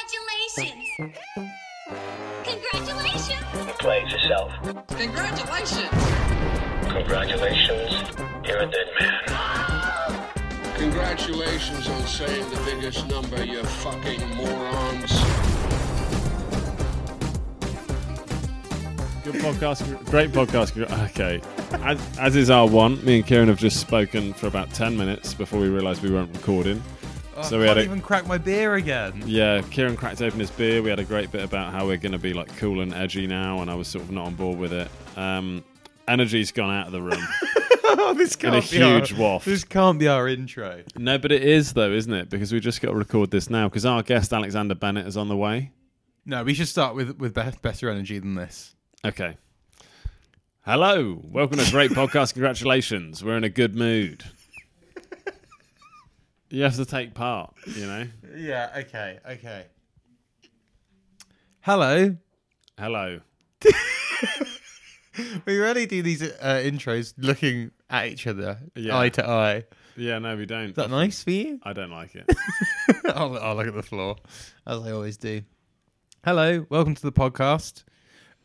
Congratulations! Congratulations! You played yourself. Congratulations! Congratulations. You're a dead man. Congratulations on saying the biggest number, you fucking morons. Good podcast, great podcast. Okay, as, as is our one, me and Kieran have just spoken for about ten minutes before we realised we weren't recording. Oh, So I we had can't a- even crack my beer again. Yeah, Kieran cracked open his beer. We had a great bit about how we're going to be like cool and edgy now, and I was sort of not on board with it. Um, energy's gone out of the room. Oh, this can't a be our- huge waft. This can't be our intro. no, but it is though, isn't it? Because we just got to record this now because our guest Alexander Bennett is on the way. No, we should start with with be- better energy than this. Okay. Hello, welcome to great podcast. Congratulations, we're in a good mood. You have to take part, you know. Yeah. Okay. Okay. Hello. Hello. We rarely do these uh, intros looking at each other, Yeah. eye to eye. Is Yeah, no, we don't. that nice for you? I don't like it. I'll, I'll Oh, look at the floor, as I always do. Hello, welcome to the podcast.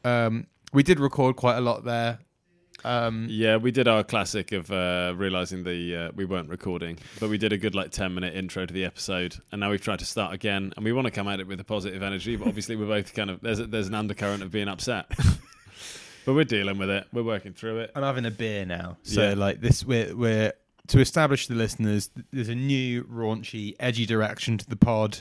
Um, we did record quite a lot there. Um, yeah, we did our classic of uh, realizing the uh, we weren't recording, but we did a good like ten minute intro to the episode, and now we've tried to start again, and we want to come at it with a positive energy, but obviously we're both kind of there's a, there's an undercurrent of being upset, but we're dealing with it. We're working through it. I'm having a beer now, so Yeah. like this, we're we're to establish the listeners. th- There's a new raunchy, edgy direction to the pod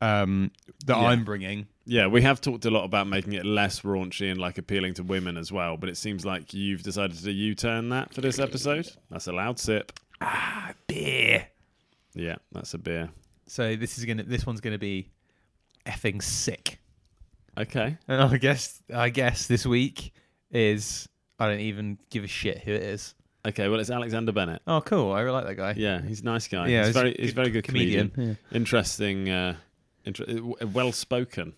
um, that Yeah. I'm bringing. Yeah, we have talked a lot about making it less raunchy and like appealing to women as well, but it seems like you've decided to U-turn that for this episode. That's a loud sip. Beer. Yeah, that's a beer. So this is gonna, this one's gonna be effing sick. Okay. And I guess, I guess this week is I don't even give a shit who it is. Okay, well it's Alexander Bennett. Oh, cool! I really like that guy. Yeah, he's a nice guy. Yeah, he's, he's a very he's a good very good comedian. comedian, Interesting uh inter- well spoken.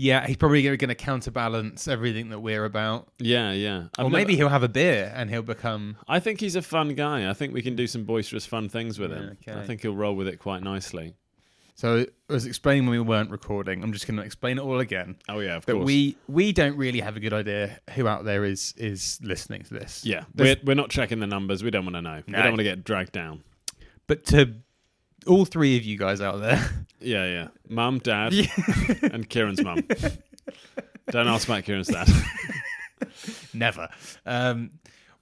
Yeah, he's probably going to counterbalance everything that we're about. Yeah, yeah. I've or never- maybe he'll have a beer and he'll become. I think he's a fun guy. I think we can do some boisterous fun things with him. Yeah, okay. I think he'll roll with it quite nicely. So I was explaining when we weren't recording. I'm just going to explain it all again. Oh yeah, of That course. we we don't really have a good idea who out there is is listening to this. yeah, we're, There's- we're not checking the numbers. We don't want to know. We No. don't want to get dragged down. but to all three of you guys out there, Yeah, yeah. Mum, dad, and Kieran's mum. Don't ask about Kieran's dad. never. Um,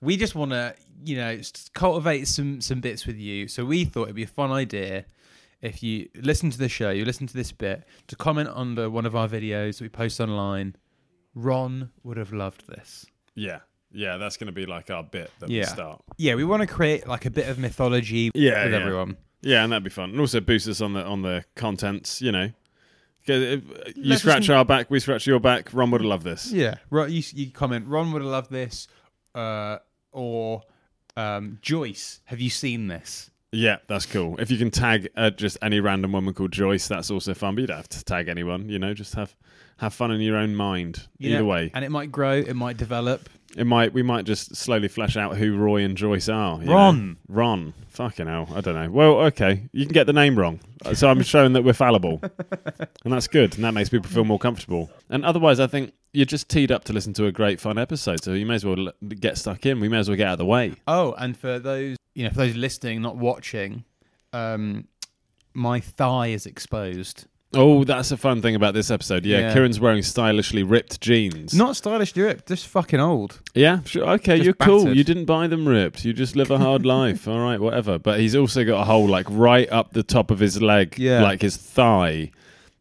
we just want to you know s- cultivate some some bits with you. So we thought it'd be a fun idea. If you listen to the show, you listen to this bit, to comment under one of our videos that we post online, Ron would have loved this. yeah, yeah. That's going to be like our bit that we Yeah. start. Yeah, we want to create like a bit of mythology Yeah, with yeah. everyone. Yeah, and that'd be fun. And also boost us on the on the contents. You know, 'Cause if- you Let us scratch kn- our back, we scratch your back. Ron would love this. Yeah. Right. You, you comment, Ron would have loved this. Uh, or um, Joyce, have you seen this? Yeah, that's cool. If you can tag uh, just any random woman called Joyce, that's also fun. But you don't have to tag anyone. You know, just have have fun in your own mind. You Either know, way, And it might grow, it might develop. It might we might just slowly flesh out who Roy and Joyce are. you Ron. know? Ron. Fucking hell. I don't know. Well, okay. You can get the name wrong. Uh, So I'm showing that we're fallible. and that's good. And that makes people feel more comfortable. And otherwise I think you're just teed up to listen to a great fun episode. So you may as well l- get stuck in. We may as well get out of the way. Oh, and for those, you know, for those listening, not watching, um, my thigh is exposed. Oh, that's a fun thing about this episode. Yeah, Yeah. Kieran's weeling stylishly ripped jeans. Not stylish, do it. Just fucking old. Yeah, sure. Okay, Just you're cool. battered. You didn't buy them ripped. You just live a hard life. All right, whatever. But he's also got a hole like right up the top of his leg, Yeah. like his thigh.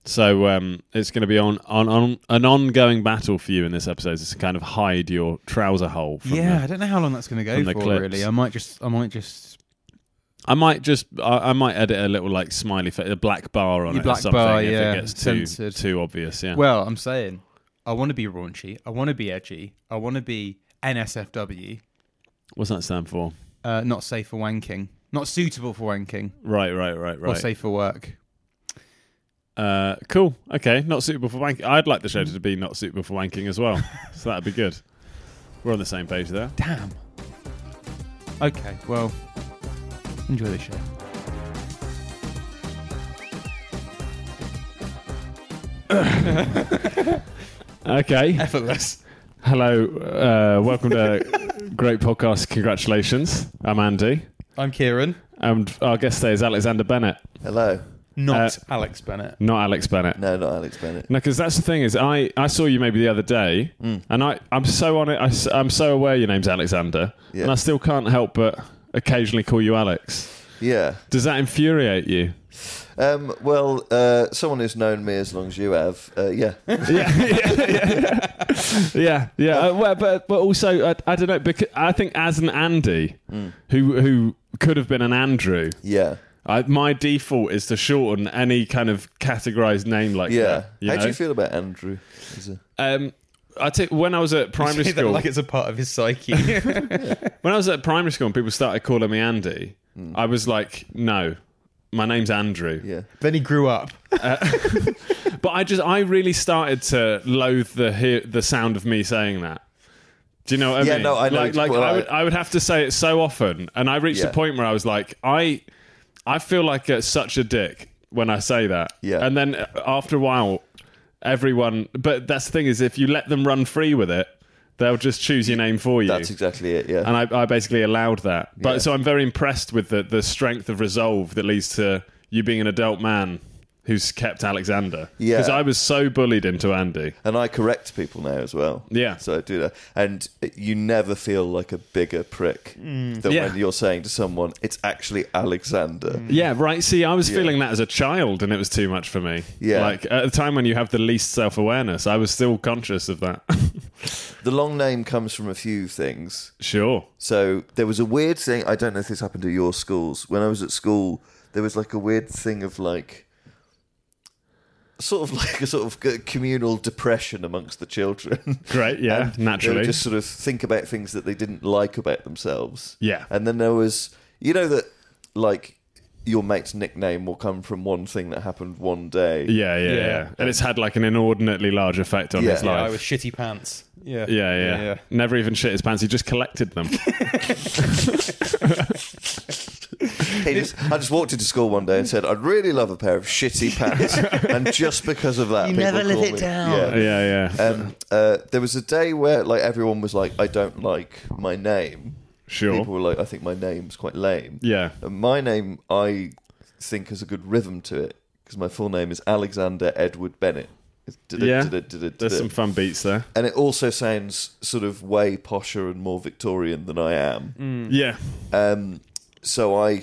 So um, it's going to be on, on on an ongoing battle for you in this episode. Is to kind of hide your trouser hole. From yeah, I the- don't know how long that's going to go from the for. clips. Really, I might just, I might just I might just I, I might edit a little like smiley face, a black bar on Your it black or something bar, if yeah, it gets too censored. too obvious. Yeah. Well, I'm saying I want to be raunchy. I want to be edgy. I want to be NSFW. What's that stand for? Uh, not safe for wanking. Not suitable for wanking. Right, right, right, Or right. safe for work. Uh, cool. Okay. Not suitable for wanking. I'd like the show to be not suitable for wanking as well. so that'd be good. We're on the same page there. Damn. Okay. Well, enjoy the show. Okay. Effortless. Hello. Uh, welcome to Great Podcast. Congratulations. I'm Andy. I'm Kieran, And our guest today is Alexander Bennett, Hello. Uh, not Alex Bennett. not Alex Bennett. No, not Alex Bennett. No, because that's the thing is, I, I saw you maybe the other day, Mm. and I, I'm so on it. I, am so aware your name's Alexander, Yeah. and I still can't help but occasionally call you Alex. Yeah. Does that infuriate you? Um, well, uh, someone who's known me as long as you have, uh, yeah. yeah, yeah, yeah, yeah. yeah. Uh, well, but but also, I, I don't know. Because I think as an Andy, who who could have been an Andrew, Yeah. I, my default is to shorten any kind of categorized name like Yeah. that. you How do know? you feel about Andrew? Is it- Um, I t- when I was at primary Say that school, like it's a part of his psyche. when I was at primary school and people started calling me Andy, I was like, no, my name's Andrew. Yeah. then he grew up. But I just, I really started to loathe the hear, the sound of me saying that. Do you know what I Yeah, mean? no, I know Like, like what I, I- would, I would have to say it so often, and I reached Yeah. a point where I was like, I, I feel like uh, such a dick when I say that. Yeah. And then uh, after a while, everyone. But that's the thing is, if you let them run free with it, they'll just choose your name for you. That's exactly it, yeah. and I, I basically allowed that. But Yeah. so I'm very impressed with the, the strength of resolve that leads to you being an adult man who's kept Alexander. Yeah. because I was so bullied into Andy. and I correct people now as well. Yeah. So I do that. And you never feel like a bigger prick than Mm. Yeah. Mm. when you're saying to someone, it's actually Alexander. Yeah, right. See, I was Yeah. feeling that as a child, and it was too much for me. Yeah. like at the time when you have the least self awareness, I was still conscious of that. The long name comes from a few things. sure. So there was a weird thing. I don't know if this happened at your schools. When I was at school, there was like a weird thing of like, sort of like a sort of g- communal depression amongst the children. Great. Yeah. They would naturally. just sort of think about things that they didn't like about themselves. Yeah. And then there was, you know, that like your mate's nickname will come from one thing that happened one day. yeah, yeah, yeah, Yeah. and it's had like an inordinately large effect on Yeah. his Yeah, life. I was shitty pants. Yeah. yeah, yeah, Never even shit his pants. He just collected them. He just- I just walked into school one day and said, I'd really love a pair of shitty pants. and just because of that, you never let it down. yeah, yeah. um, uh, there was a day where like everyone was like, "I don't like my name." Sure. People were like, "I think my name's quite lame." Yeah. And my name, I think, has a good rhythm to it because my full name is Alexander Edward Bennett. It's da-da, Yeah. da-da, da-da, There's da-da. some fun beats there. And it also sounds sort of way posher and more Victorian than I am. Yeah. Um, so I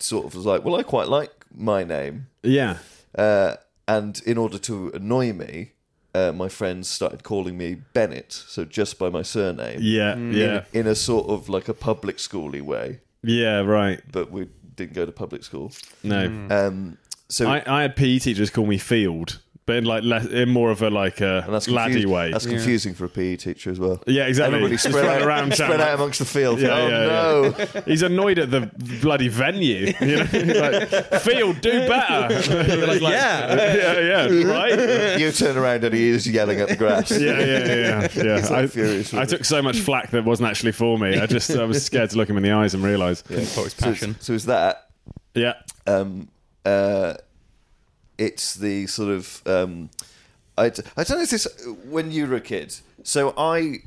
sort of was like, "Well, I quite like my name." Yeah. Uh, and in order to annoy me, uh, my friends started calling me Bennett, so just by my surname, Yeah. Mm. Yeah. in a sort of like a public schooly way. Yeah, right. But we didn't go to public school. No. Um, so I, I had PE teachers call me Field, but in like less, in more of a like a and that's laddie confusing- way. That's confusing for a PE teacher as well. Yeah, exactly. Everybody Just spread run out, around spread town. out amongst the field. Yeah, oh yeah, no! He's annoyed at the bloody venue. You know, He's like, Field, do better. yeah. yeah, yeah, right. you turn around and he is yelling at the grass. Yeah, yeah, yeah, yeah. yeah. like I, furious with I it. took so much flack that wasn't actually for me. I just I was scared to look him in the eyes and realise. Yeah. For his So it's, passion. so it's that. yeah, um, uh, it's the sort of um, I, d- I don't know if this when you were a kid. So I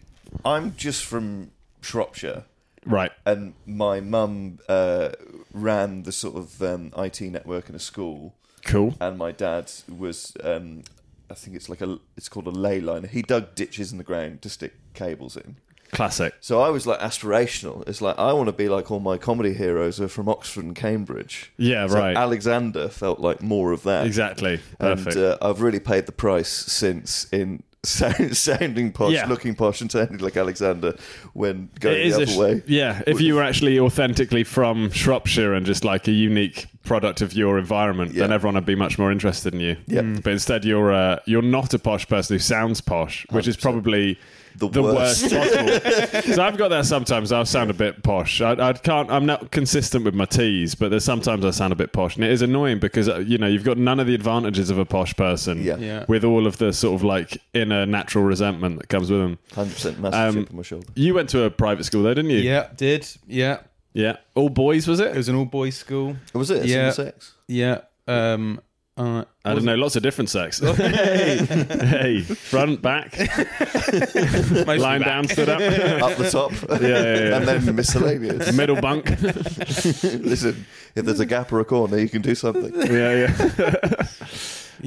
I'm just from Shropshire, right. and my mum uh, ran the sort of um, IT network in a school, Cool. and my dad was um, I think it's like a it's called a ley liner. He dug ditches in the ground to stick cables in. Classic. So I was like aspirational. It's like I want to be like all my comedy heroes are from Oxford and Cambridge. Yeah, So right. Alexander felt like more of that. Exactly. And Perfect. uh, I've really paid the price since in sound, sounding posh, Yeah. looking posh, and sounding like Alexander when It going is the a other sh- way. Yeah, if you were actually authentically from Shropshire and just like a unique product of your environment, then Yeah. everyone would be much more interested in you. Yeah. Mm. But instead, you're uh, you're not a posh person who sounds posh, which is probably the, The worst. worst. possible. so I've got that sometimes. I sound a bit posh. I, I can't. I'm not consistent with my T's, but there's sometimes I sound a bit posh, and it is annoying because uh, you know you've got none of the advantages of a posh person. Yeah. Yeah. With all of the sort of like inner natural resentment that comes with them. Hundred percent massive Um, chip on my shoulder. You went to a private school though, didn't you? Yeah, did. Yeah. Yeah. All boys, was It it? was an all boys school. Was it? yeah. Single sex? Yeah. Um, Uh, I don't know, lots of different sex. hey, hey, front, back, Mostly line back. down, stood up, yeah, Up the top, yeah, yeah. and then miscellaneous. middle bunk. Listen, if there's a gap or a corner, you can do something. Yeah, yeah.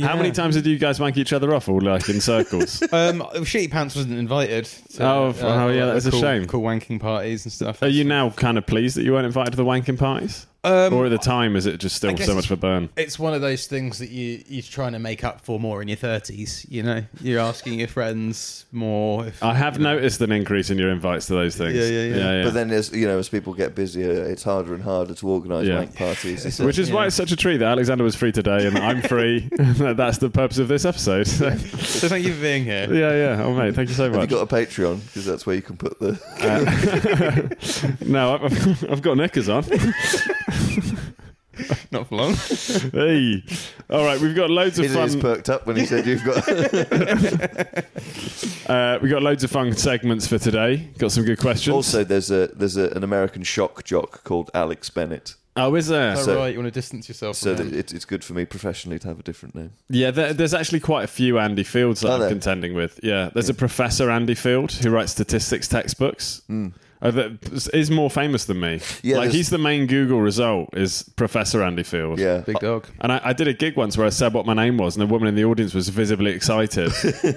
How many Yeah. times did you guys wank each other off, all like in circles? Um, Shitty Pants wasn't invited. to, Oh, f- oh, yeah, like that's a cool- shame. Cool wanking parties and stuff. Are you now kind of pleased that you weren't invited to the wanking parties? Um, or at the time, is it just still guess so much it's- of a burn? it's one of those things that you you're trying to make up for more in your thirties. You know, you're asking your friends more. If, I have noticed an increase in your invites to those things. Yeah, yeah, yeah. But then, as you know, as people get busier, it's harder and harder to organise Yeah. wank parties. It's Which is why it's such a treat that Alexander was free today and I'm free. That's the purpose of this episode. So, so thank you for being here. yeah, yeah. Oh, mate, thank you so Have you much. got a Patreon? Because that's where you can put the. Uh, no, I've, I've got knickers on. Not for long. hey. All right, we've got loads of His ears fun. perked up when he said you've got. Uh, we've got loads of fun segments for today. Got some good questions. also, there's a there's a, an American shock jock called Alex Bennett, oh, is there? All So- right, you want to distance yourself. so So that it, it's good for me professionally to have a different name. Yeah, there, there's actually quite a few Andy Fields that Are I'm there? Hmm. contending with. Yeah, there's a Professor Andy Field who writes statistics textbooks. Uh, that is more famous than me. Hmm. Yeah, like there's- he's the main Google result is Professor Andy Field. Yeah, big dog. And I, I did a gig once where I said what my name was, and the woman in the audience was visibly excited.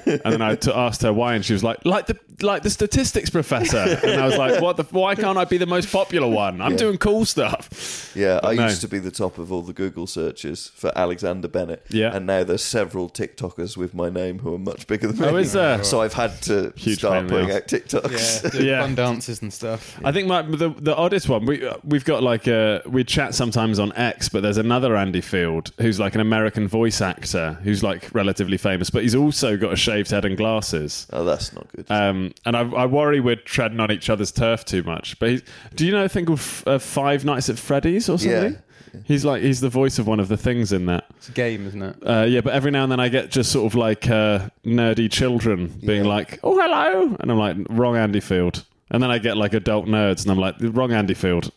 and then I t- asked her why, and she was like, "Like the like the statistics professor." and I was like, "What the? Why can't I be the most popular one? I'm Yeah. doing cool stuff." yeah. I no. used to be the top of all the Google searches for Alexander Bennett. Yeah. and now there's several TikTokers with my name who are much bigger than me. Oh, is there? So I've had to Huge start fan putting mail. out TikToks. Yeah, do Yeah. fun dances and stuff. I think my, the the oddest one we uh, we've got like uh we chat sometimes on X, but there's another Andy Field who's like an American voice actor who's like relatively famous, but he's also got a shaved head and glasses. Oh, that's not good. Um, and I, I worry we're treading on each other's turf too much. But he's, do you know a thing called F- uh, Five Nights at Freddy's or something? He's like he's the voice of one of the things in that. It's a game, isn't it? Uh, yeah, but every now and then I get just sort of like uh, nerdy children being Yeah. like, "Oh, hello," and I'm like, "Wrong Andy Field." And then I get like adult nerds, and I'm like, "Wrong Andy Field."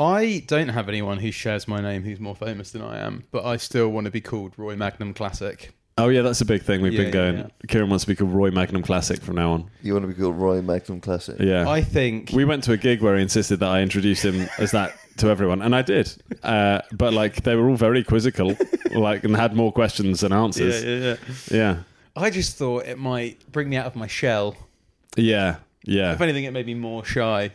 I don't have anyone who shares my name who's more famous than I am, but I still want to be called Roy Magnum Classic. oh yeah, that's a big thing we've Yeah, been yeah, going. Kieran wants to be called Roy Magnum Classic from now on. you want to be called Roy Magnum Classic? Yeah, I think We went to a gig where he insisted that I introduce him as that to everyone, and I did. Uh, but like they were all very quizzical, like and had more questions than answers. Yeah, yeah, yeah, I just thought it might bring me out of my shell. yeah, If yeah, anything, it made me more shy.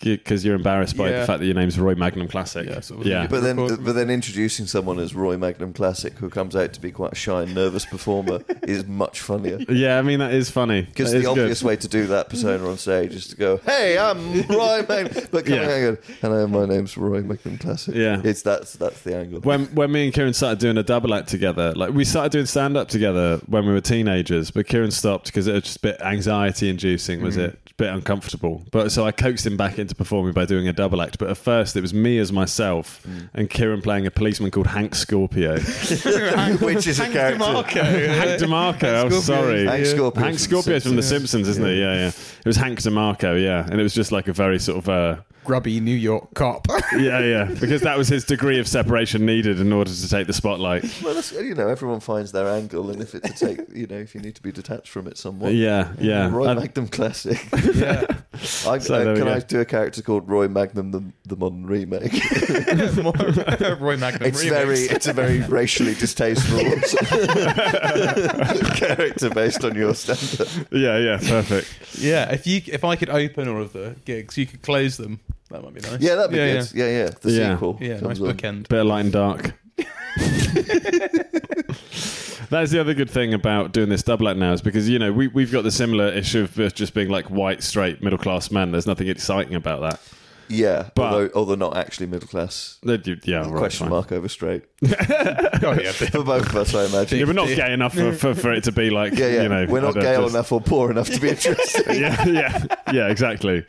Because you're embarrassed by Yeah. the fact that your name's Roy Magnum Classic. Yeah, Yeah, sort of. But then, Record- but then introducing someone as Roy Magnum Classic, who comes out to be quite a shy and nervous performer, is much funnier. Yeah, I mean that is funny Because That the is good. obvious way to do that persona on stage is to go, "Hey, I'm Roy Magnum," but coming Yeah. out and go, "Hello, my name's Roy Magnum Classic." Yeah. it's that's that's the angle. when when me and Kieran started doing a double act together, like we started doing stand up together when we were teenagers, but Kieran stopped because it was just a bit anxiety inducing, was it? A bit uncomfortable. But so I coaxed him back into performing by doing a double act. But at first it was me as myself and Kieran playing a policeman called Hank Scorpio. Which is a character. Hank DeMarco, I'm sorry. Hank Scorpio. Hank Scorpio's from The Simpsons, isn't he? Yeah, yeah. It was Hank DeMarco, yeah. And it was just like a very sort of uh, grubby New York cop. yeah, yeah. Because that was his degree of separation needed in order to take the spotlight. Well, that's, you know, everyone finds their angle, and if it's a take, you know, if you need to be detached from it somewhat, Yeah, yeah. Roy And- Magnum Classic. I, So uh, there we can go. I do a character called Roy Magnum the, the modern remake? Roy Magnum. It's very it's a very racially distasteful character based on your standard. Yeah, yeah, perfect. yeah. If you if I could open all of the gigs, you could close them. That might be nice. Yeah, that'd be yeah, good. Yeah, yeah. The Yeah. sequel. Yeah, yeah nice comes on. bookend. Bit of light and dark. That's the other good thing about doing this double act now is because you know we we've got the similar issue of uh, just being like white, straight, middle class men. There's nothing exciting about that. Yeah, But- although although not actually middle class. They do- Yeah, right, Question fine. mark over straight Oh yeah. for both of us, I imagine. Yeah, we're not Yeah. gay enough for, for, for it to be like yeah, yeah. you know we're not I don't gay just- enough or poor enough to be interesting. yeah, yeah, yeah, exactly.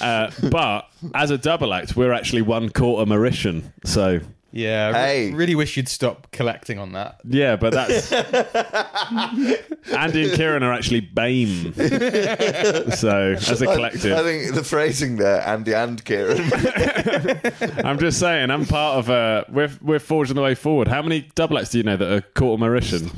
Uh, but as a double act, we're actually one quarter Mauritian, so Yeah, I re- Hey. really wish you'd stop collecting on that. Yeah, but that's Andy and Kieran are actually BAME. so as a I collective, think the phrasing there, Andy and Kieran. I'm just saying I'm part of a. We're we're forging the way forward. How many double acts do you know that are caught Mauritian?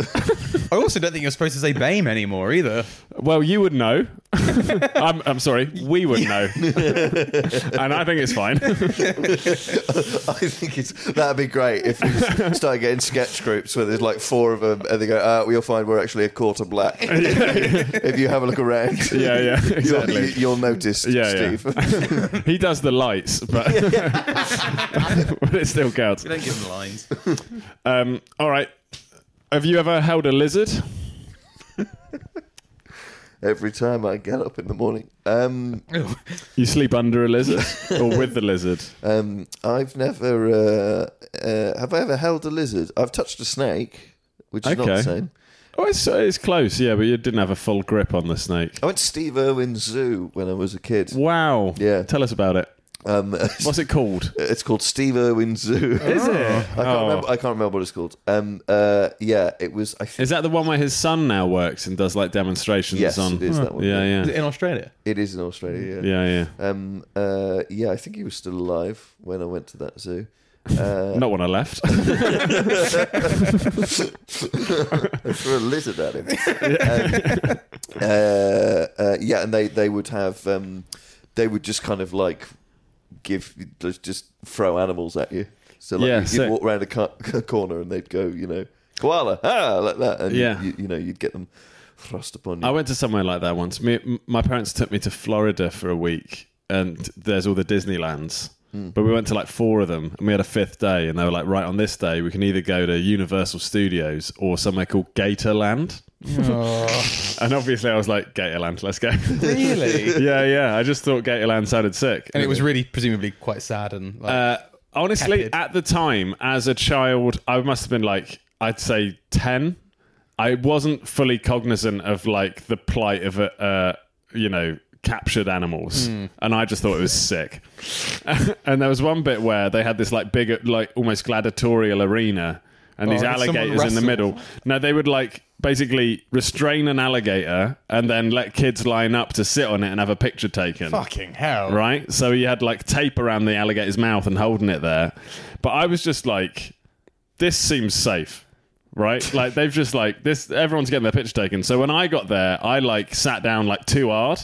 I also don't think you're supposed to say BAME anymore either. Well, you would know. I'm I'm sorry, we would know, and I think it's fine. I think it's that'd be great if we just started getting sketch groups where there's like four of them, and they go, uh, "We'll find we're actually a quarter black." if you have a look around, Yeah, yeah, you'll, exactly. you- you'll notice, Yeah, Steve. yeah. he does the lights, but, but it still counts. Don't give them lines. Um, all right. Have you ever held a lizard? Every time I get up in the morning, um, You sleep under a lizard or with the lizard? um, I've never. Uh, uh, have I ever held a lizard? I've touched a snake, which is not Okay. the same. Oh, it's, it's close, yeah, but you didn't have a full grip on the snake. I went to Steve Irwin's zoo when I was a kid. Wow. Yeah. Tell us about it. Um, What's it called? It's called Steve Irwin Zoo. Is it? I can't, Oh. remember, I can't remember what it's called. Um, uh, yeah, it was. I think Is that the one where his son now works and does like demonstrations yes, on? it is that one. Yeah, yeah. Is it in Australia? It is in Australia. Yeah. Yeah, yeah. Um, uh, yeah, I think he was still alive when I went to that zoo. Uh, Not when I left. I threw a lizard at him. Um, uh, uh, yeah, and they they would have um, they would just kind of like give just- just throw animals at you. So like Yeah, you'd sick. walk around a, co- a corner and they'd go, you know, koala, ah, like that, and Yeah. you, you know you'd get them thrust upon you. I went to somewhere like that once. Me, m- my parents took me to Florida for a week, and there's all the Disneylands. Hmm. But we went to like four of them, and we had a fifth day, and they were like, "Right on this day, we can either go to Universal Studios or somewhere called Gatorland." and obviously, I was like, "Gatorland, let's go." Oh, Really? yeah, yeah. I just thought Gatorland sounded sick, and it was really presumably quite sad and like, uh, honestly, Tepid. at the time, as a child, I must have been like, I'd say 10. I wasn't fully cognizant of like the plight of, a, uh, you know, captured animals. Hmm. And I just thought it was sick. and there was one bit where they had this like big, like almost gladiatorial arena and these did Oh, someone alligators in the wrestle? middle. No, they would like basically restrain an alligator and then let kids line up to sit on it and have a picture taken fucking hell. right? So he had like tape around the alligator's mouth and holding it there. But I was just like, this seems safe, right? like they've just like this. Everyone's getting their picture taken. So when I got there, I like sat down like too hard.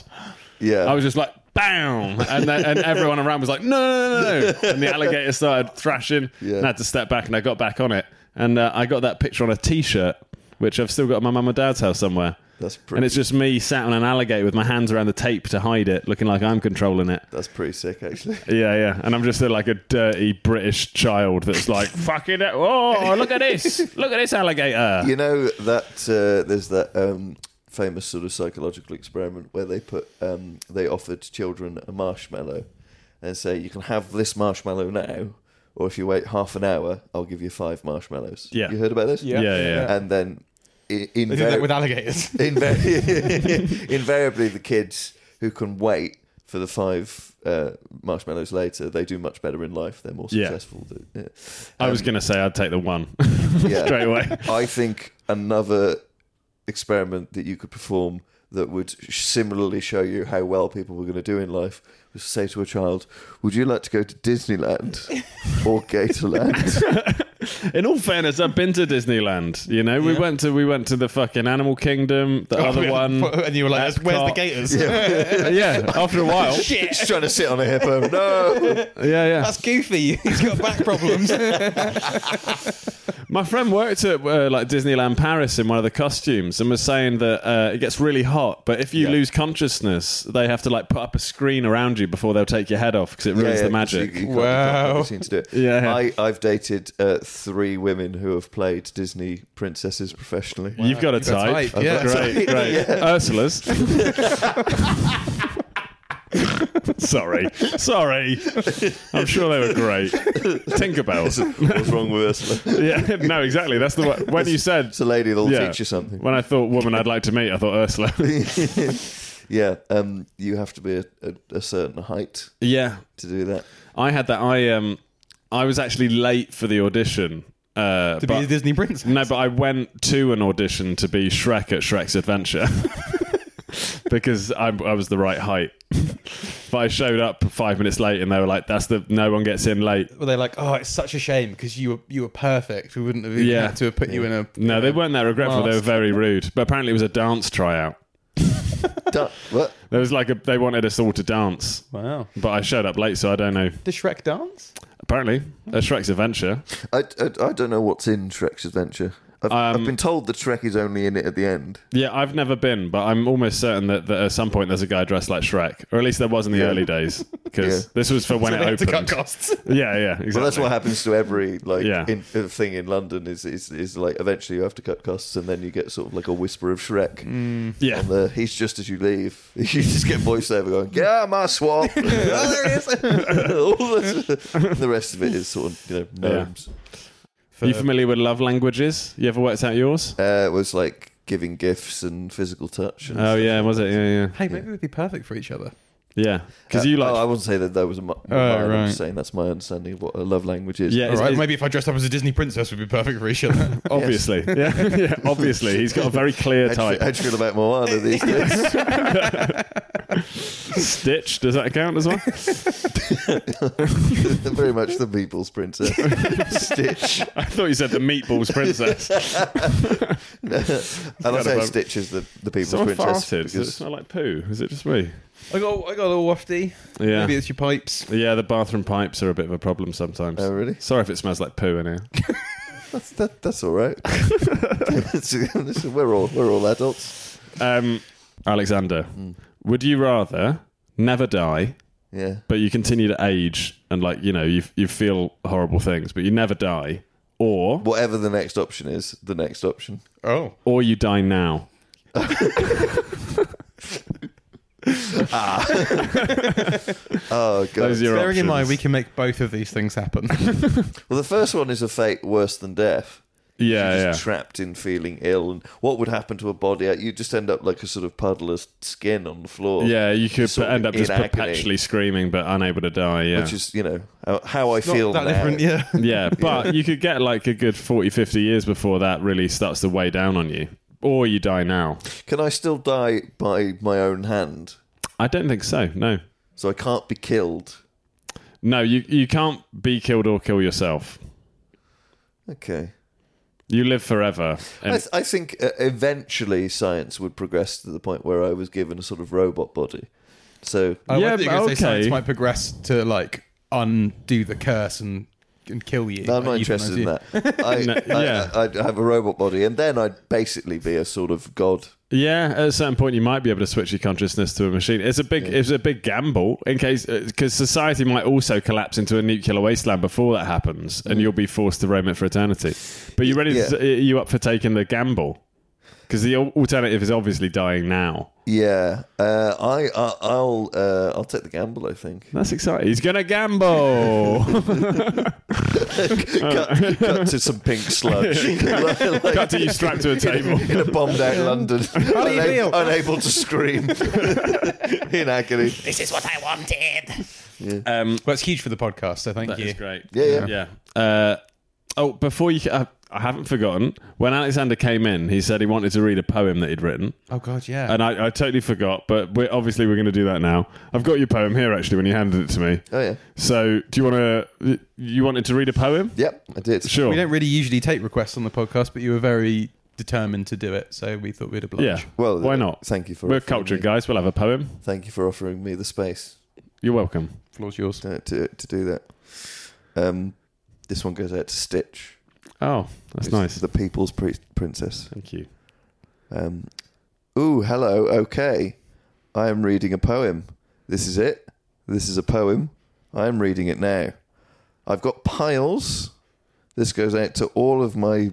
yeah, I was just like. Bam! And then, and everyone around was like, no, no, no, no, no. And the alligator started thrashing. Yeah. And I had to step back, and I got back on it, and uh, I got that picture on a T-shirt, which I've still got at my mum and dad's house somewhere. That's pretty. and it's just me sat on an alligator with my hands around the tape to hide it, looking like I'm controlling it. that's pretty sick actually. Yeah, yeah. And I'm just a, like a dirty British child that's like, fucking, oh, look at this. Look at this alligator. You know that uh, there's that um, famous sort of psychological experiment where they put um, they offered children a marshmallow and say you can have this marshmallow now, or if you wait half an hour, I'll give you five marshmallows. Yeah. you heard about this? Yeah. Yeah, yeah. And then in, in They did that with alligators. Inva- invariably, the kids who can wait for the five uh, marshmallows later, they do much better in life. They're more Yeah. successful. Yeah. I was going to say I'd take the one Yeah. straight away. I think another experiment that you could perform that would similarly show you how well people were going to do in life was to say to a child, "Would you like to go to Disneyland or Gatorland?" In all fairness, I've been to Disneyland. You know, we went to we went to the fucking Animal Kingdom, Oh, the other one. and you were like, Epcot. "Where's the gators?" yeah, after a while. Shit, Just trying to sit on a hippo. No, Yeah, yeah. that's goofy. He's got back problems. My friend worked at uh, like Disneyland Paris in one of the costumes and was saying that uh, it gets really hot, but if you lose consciousness, they have to like put up a screen around you before they'll take your head off because it ruins the magic. You, you can't- Wow. You can't, you can't, you can't do it. Yeah. I, I've dated uh, three women who have played Disney princesses professionally. You've got a got a type. type, yeah. Great, great. Ursula's. Sorry. Sorry. I'm sure they were great. Tinkerbell. What's wrong with Ursula? Yeah, no, exactly. That's the one. When you said. It's a lady that'll Yeah. teach you something. When I thought woman I'd like to meet, I thought Ursula. Yeah, um, you have to be a, a, a certain height yeah. to do that. I had that. I um, I was actually late for the audition. Uh, to but- be a Disney princess. No, but I went to an audition to be Shrek at Shrek's Adventure because I, I was the right height. but I showed up five minutes late, and they were like, "That's the no one gets in late." Were they like, oh, it's such a shame because you were you were perfect. We wouldn't have even Yeah. had to have put you in a. No, they weren't that regretful. They were Mask. very rude. But apparently, it was a dance tryout. Da- what? There was like a, they wanted us all to dance, Wow. but I showed up late, so I don't know. Does Shrek dance? Apparently, at Shrek's Adventure. I, I, I don't know what's in Shrek's Adventure. I've, I've Um, been told the Trek is only in it at the end. Yeah, I've never been, but I'm almost certain that, that at some point there's a guy dressed like Shrek, or at least there was in the Yeah. early days, because Yeah. this was for when So it they had opened. to cut costs. Yeah, yeah, exactly. Well, that's what happens to every like Yeah. in, uh, thing in London. Is, is is like eventually you have to cut costs, and then you get sort of like a whisper of Shrek. Mm. Yeah, on the he's just as you leave. You just get voiceover going, yeah, my swap. oh, there it is. All this- the rest of it is sort of, you know, gnomes. Are you familiar with love languages? You ever worked out yours? Uh, it was like giving gifts and physical touch. And Oh yeah, was it? Yeah, yeah, Hey, maybe we'd be perfect for each other. yeah. Because you like, Oh, Oh, I wouldn't say that that was a. Mu- I'm right. just saying that's my understanding of what a love language is. yeah, All it's- right, it's- maybe if I dressed up as a Disney princess, we'd be perfect for each other. obviously, yeah, yeah, obviously, he's got a very clear How'd you- type. how'd you feel about Moana these days? Stitch, does that count as well? Very much the people's princess. Stitch. I thought you said the meatballs princess. And I say about- Stitch is the, the people's Someone princess. farted. Does it because- smell like poo? Is it just me? I got I got a little wafty. Yeah. Maybe it's your pipes. Yeah, the bathroom pipes are a bit of a problem sometimes. Oh, really? Sorry if it smells like poo in here. That's, that, that's all right. Listen, we're all we're all adults. Um, Alexander, Hmm. would you rather never die, Yeah. but you continue to age and like you know you you feel horrible things, but you never die, or Whatever the next option is, the next option. Oh, or you die now? Oh god. Those are your bearing in options. mind we can make both of these things happen. well, the first one is a fate worse than death. yeah, You're yeah. just trapped in feeling ill, and what would happen to a body? You just end up like a sort of puddle of skin on the floor. Yeah, you could sort of end up in just agony. perpetually screaming but unable to die. Yeah. Which is, you know, how, how I feel Not that now. different, yeah. yeah, but you could get like a good 40, 50 years before that really starts to weigh down on you. Or you die now. Can I still die by my own hand? I don't think so. No. So I can't be killed. No, you, you can't be killed or kill yourself. Okay. You live forever. And I, th- I think uh, eventually science would progress to the point where I was given a sort of robot body. So Oh, I Yeah, thought you were but gonna say science okay. might progress to like undo the curse and and kill you. No, I'm not like, interested euthanize in you. that. I, No, yeah. I, would have a robot body, and then I'd basically be a sort of god. yeah, at a certain point you might be able to switch your consciousness to a machine. It's a big it's a big gamble in case because society might also collapse into a nuclear wasteland before that happens and you'll be forced to roam it for eternity. But you ready Yeah. to, are you up for taking the gamble? Cuz the al- alternative is obviously dying now. Yeah, uh, I, I, I'll, uh, I'll take the gamble. I think. That's exciting. He's going to gamble. cut, cut to some pink sludge. Like- like Oh. Cut to you strapped to a table. in a bombed out London, How do you feel? unable to scream in agony. Um Well, it's huge for the podcast, so thank That you. is great. Yeah, yeah. yeah. Uh, oh, before you, I, I haven't forgotten. When Alexander came in, he said he wanted to read a poem that he'd written, Oh god, yeah. and I, I totally forgot. But we're, obviously, we're going to do that now. I've got your poem here actually. When you handed it to me, Oh yeah, so do you want to? You wanted to read a poem? yep, I did. Sure. we don't really usually take requests on the podcast, but you were very determined to do it, so we thought we'd oblige. yeah. Well, why not? Thank you for We're offering cultured me- guys. We'll have a poem. Thank you for offering me the space You're welcome. Floor's yours. to to, to do that. Um, this one goes out to Stitch. Oh, that's who's nice. The people's pri- princess. Thank you. Um, Ooh, hello, okay. I am reading a poem. This is it. This is a poem. I am reading it now. I've got piles. This goes out to all of my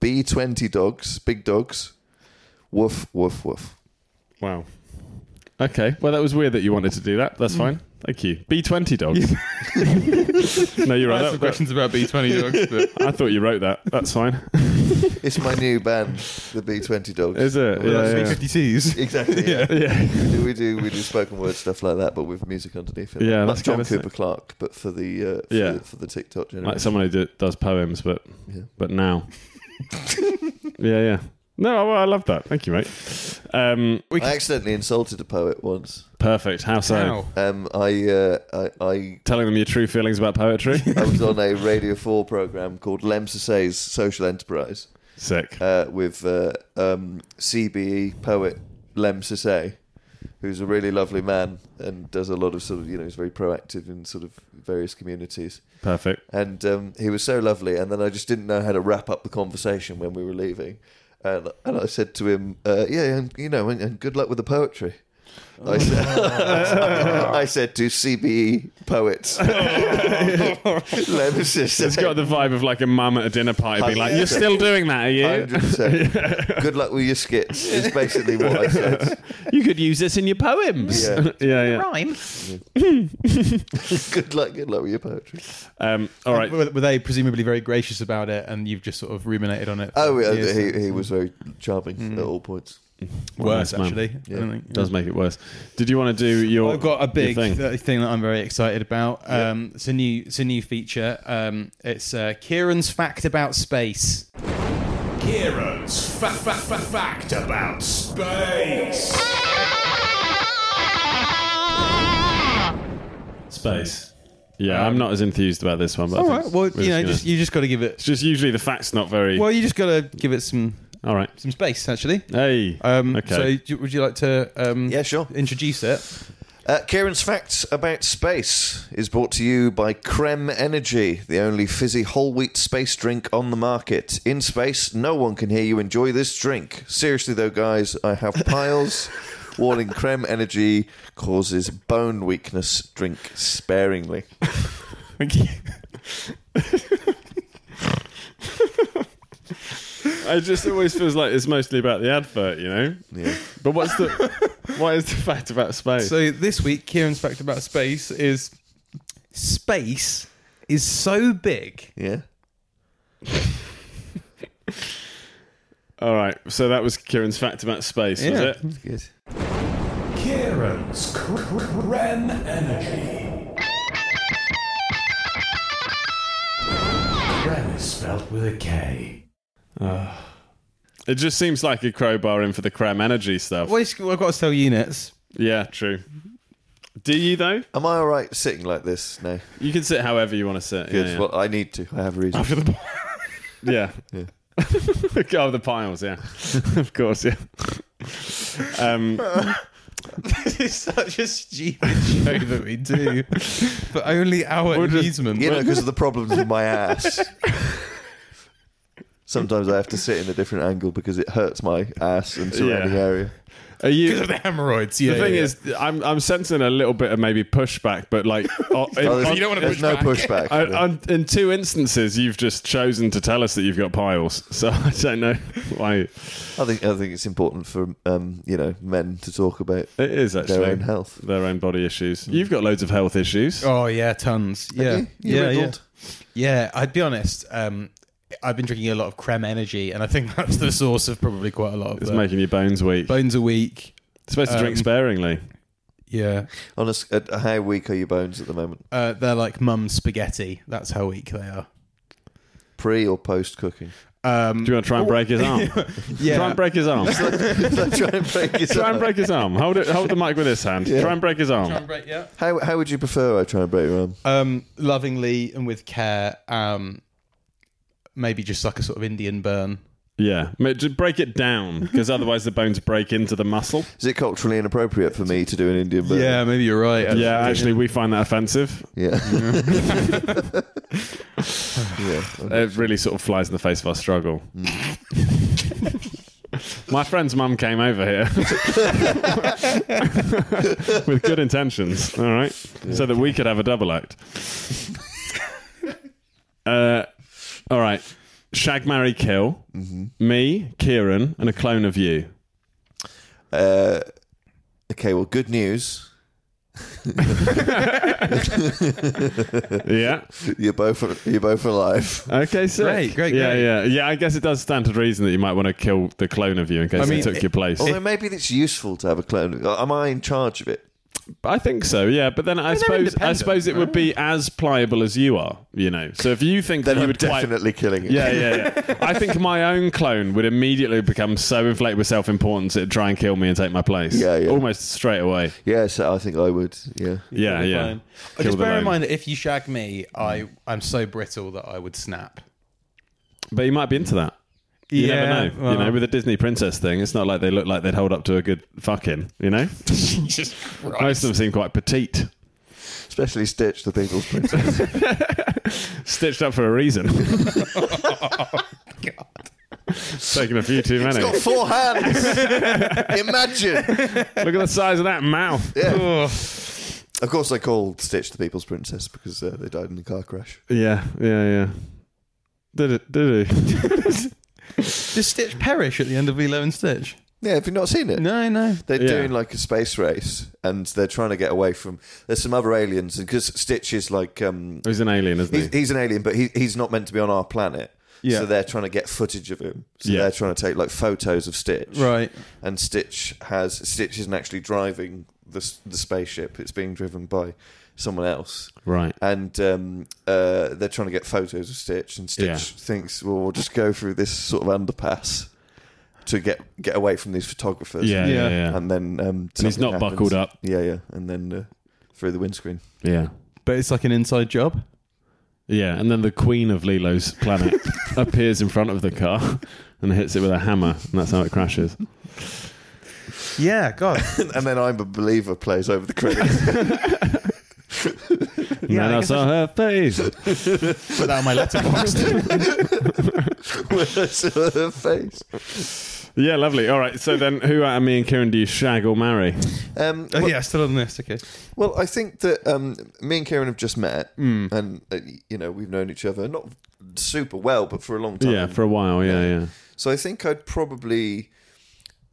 B20 dogs, big dogs. Woof, woof, woof. Wow. Okay. Well, that was weird that you wanted to do that. Mm. That's fine. Thank you. B twenty dogs. no, you're right. I had That- some that- questions about B twenty dogs, but I thought you wrote that. That's fine. it's my new band, the B20 Dogs. Is it? Well, Yeah, that's- yeah. 52s. Exactly. Yeah. yeah. We do- We do we do spoken word stuff like that, but with music underneath it. Yeah, Like that's John kind of Cooper sick. Clark, but for the uh, for, Yeah. the, for the TikTok generation. Like someone who do, does poems, but Yeah. but now. yeah, yeah. No, I, I love that. Thank you, mate. Um, I accidentally insulted a poet once. perfect. How so? Wow. Um, I, uh, I I Telling them your true feelings about poetry. I was on a Radio Four program called Lem Sasay's Social Enterprise Sick. uh, with uh, um, CBE poet Lem Sasay, who's a really lovely man and does a lot of sort of you know he's very proactive in sort of various communities. Perfect. and um, he was so lovely. And then I just didn't know how to wrap up the conversation when we were leaving. And, and I said to him, uh, "Yeah, and, you know, and, and good luck with the poetry." I said, I said to CBE poets, Oh. Levisis, It's got the vibe of like a mum at a dinner party being like, "You're still doing that, are you? 100%. Good luck with your skits. Is basically what I said. You could use this in your poems." Yeah. yeah, yeah. Rhyme. Good luck, good luck with your poetry. Um, all right. Were, were they presumably very gracious about it, and you've just sort of ruminated on it? for Oh, uh, years? he, he was very charming Mm. at all points. worse Nice man. actually. I don't think- Does make it worse. Did you want to do your? I've got a big your th- thing? thing. that I'm very excited about. Um, It's a new, it's a new feature. Um, it's uh, Kieran's fact about space. Kieran's fa- fa- fa- fact about space. Space. Yeah, I'm not as enthused about this one. But I um, All think Oh, right. Well, we're you know, gonna- just, you just got to give it. it's just usually the facts not very. Well, you just got to give it some all right. some space actually. Hey. Um, okay. So, do, would you like to? Um, Yeah, sure. Introduce it. Uh, Kieran's Facts About Space is brought to you by Creme Energy, the only fizzy whole wheat space drink on the market. In space, no one can hear you enjoy this drink. Seriously, though, guys, I have piles. Warning Creme Energy causes bone weakness. Drink sparingly. it just always feels like it's mostly about the advert, you know. Yeah. But what's the? what is the fact about space? So this week, Kieran's fact about space is space is so big. Yeah. all right. So that was Kieran's fact about space, was Yeah. it? Good. Kieran's cr- cr- Creme Energy. Creme is spelled with a K. It just seems like a crowbar in for the cram energy stuff. Well, it's- I've got to sell units. Yeah, true. Do you though? Am I all right sitting like this? No. You can sit however you want to sit. Good. Yeah, yeah. Well, I need to. I have reason. After the yeah. yeah. oh, the piles, yeah. of course, yeah. Um, this is such a stupid show that we do for only our We're just- amusement. You know, because of the problems with my ass. Sometimes I have to sit in a different angle because it hurts my ass and surrounding Yeah. area. are you? the hemorrhoids. The thing is, I'm I'm sensing a little bit of maybe pushback, but like, uh, o- in, Oh, on- there's there's no pushback. I- on- in two instances, you've just chosen to tell us that you've got piles. So I don't know why I think I think it's important for um, you know men to talk about it is actually their own health. their own body issues. You've got loads of health issues. Hmm. oh yeah, tons. Yeah, you? You yeah, yeah. riddled? Yeah, I'd be honest. Um, I've been drinking a lot of creme energy, and I think that's the source of probably quite a lot of It's the making your bones weak. bones a week. supposed to drink um, sparingly. Yeah, Honest, uh, how weak are your bones at the moment? uh, they're like mum's spaghetti. That's how weak they are. Pre or post cooking? Um, Do you want to try and break his arm? yeah, Try and break his arm. Try and break it Try and up. break his arm. Hold it. Hold the mic with this hand. Try and break his arm. break. Yeah. How how would you prefer I try and break your arm? um, lovingly and with care. Um, maybe just like a sort of Indian burn. Yeah, Ma- just break it down because otherwise the bones break into the muscle. Is it culturally inappropriate for me to do an Indian burn? maybe you're right. Yeah, actually, we find that offensive. yeah, yeah. It really sort of flies in the face of our struggle. My friend's mum came over here with good intentions. All right, so that we could have a double act. Uh, all right, shag, marry, kill. Me, Kieran, and a clone of you. Uh, okay, well, good news. Yeah. You're both you're both alive. Okay, so Great, great, yeah, great. yeah, yeah. I guess it does stand to reason that you might want to kill the clone of you in case I mean, it took your place. Although maybe it's useful to have a clone. Am I in charge of it? I think so, yeah. But then I suppose I independent, suppose it would be as pliable as you are, you know. So if you think Then that you I'm would quite- definitely killing it. yeah, yeah, yeah. I think my own clone would immediately become so inflated with self importance it'd try and kill me and take my place. Yeah, yeah. Almost straight away. yeah. So I think I would. Yeah. Yeah, Probably yeah. fine. Kill Just the bear in loan. mind that if you shag me, I I'm so brittle that I would snap. But you might be into that. You Yeah, never know. you know, well. with the Disney princess thing, it's not like they look like they'd hold up to a good fucking, you know? Most of them seem quite petite. Especially Stitch, the Beatles princess. Stitched up for a reason. Taking a few too many. Got four hands. Imagine. Look at the size of that mouth. Yeah. Of course, I called Stitch the People's Princess because uh, they died in a car crash. Yeah, yeah, yeah. Did it? Did he? Does Stitch perish at the end of Lilo and Stitch? Yeah, have you not seen it? No, no. They're Yeah. doing like a space race, and they're trying to get away from. There's some other aliens, and because Stitch is like, um, Oh, He's an alien, isn't he's, he? he's an alien, but he, he's not meant to be on our planet. Yeah. So they're trying to get footage of him. So Yeah. they're trying to take like photos of Stitch. Right. And Stitch has Stitch isn't actually driving the s- the spaceship. It's being driven by someone else. Right. And um, uh, they're trying to get photos of Stitch, and Stitch Yeah. thinks, "Well, we'll just go through this sort of underpass to get get away from these photographers." Yeah, yeah, Yeah. yeah. and then um, And he's something not buckled up. Yeah, yeah, and then uh, through the windscreen. Yeah. But it's like an inside job. Yeah, and then the queen of Lilo's planet appears in front of the car and hits it with a hammer, and that's how it crashes. Yeah, God. and then I'm a believer plays over the credits. And Yeah, then I I, guess saw her face. Put that on my letterbox. With her face. yeah, lovely. All right, so then who out of me and Kieran do you shag or marry? Um, oh, well, yeah, still on this. Okay. well, I think that um, me and Kieran have just met, Hmm. and uh, you know we've known each other not super well, but for a long time. Yeah, for a while. Yeah, yeah. So I think I'd probably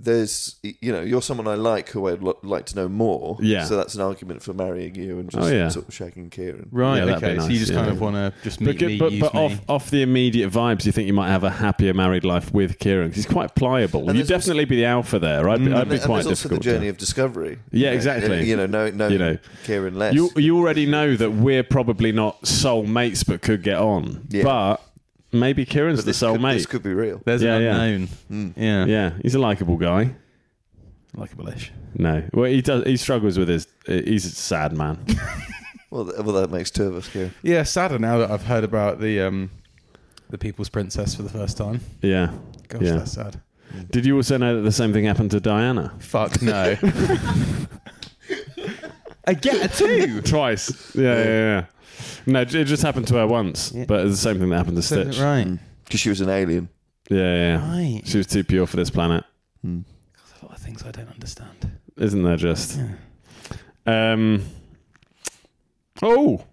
there's you know you're someone I like who I'd lo- like to know more. Yeah. So that's an argument for marrying you and just Oh, yeah. sort of shagging Kieran. Right. Yeah, that'd be okay. so nice, you just yeah. kind of want to just meet But, me, good, but, use but me. off off the immediate vibes, you think you might have a happier married life with Kieran 'cause he's quite pliable. And You'd there's also- Mm. definitely be the alpha there. I'd be, I'd And, be and quite there's also difficult. the journey to- of discovery. Yeah, You know, exactly. You know, know, know, You know. Kieran less. you you already know that we're probably not soul mates, but could get on. Yeah. But maybe Kieran's But the this soul could, mate. This could be real. There's Yeah, an yeah. unknown. Yeah. Yeah, he's a likable guy. Likeable-ish. No, well, he does. He struggles with his. He's a sad man. Well, th- well, that makes two of us, Kieran. Yeah. Sadder now that I've heard about the um, the People's Princess for the first time. Yeah. Gosh, yeah. that's sad. Did you also know that the same thing happened to Diana? Fuck no. I get a two. Twice. Yeah, yeah, yeah. No, it just happened to her once, but it's the same thing that happened to Stitch. Right. Because she was an alien. Yeah, yeah. yeah. Right. She was too pure for this planet, A lot of things I don't understand. isn't there? Just. Um. Oh.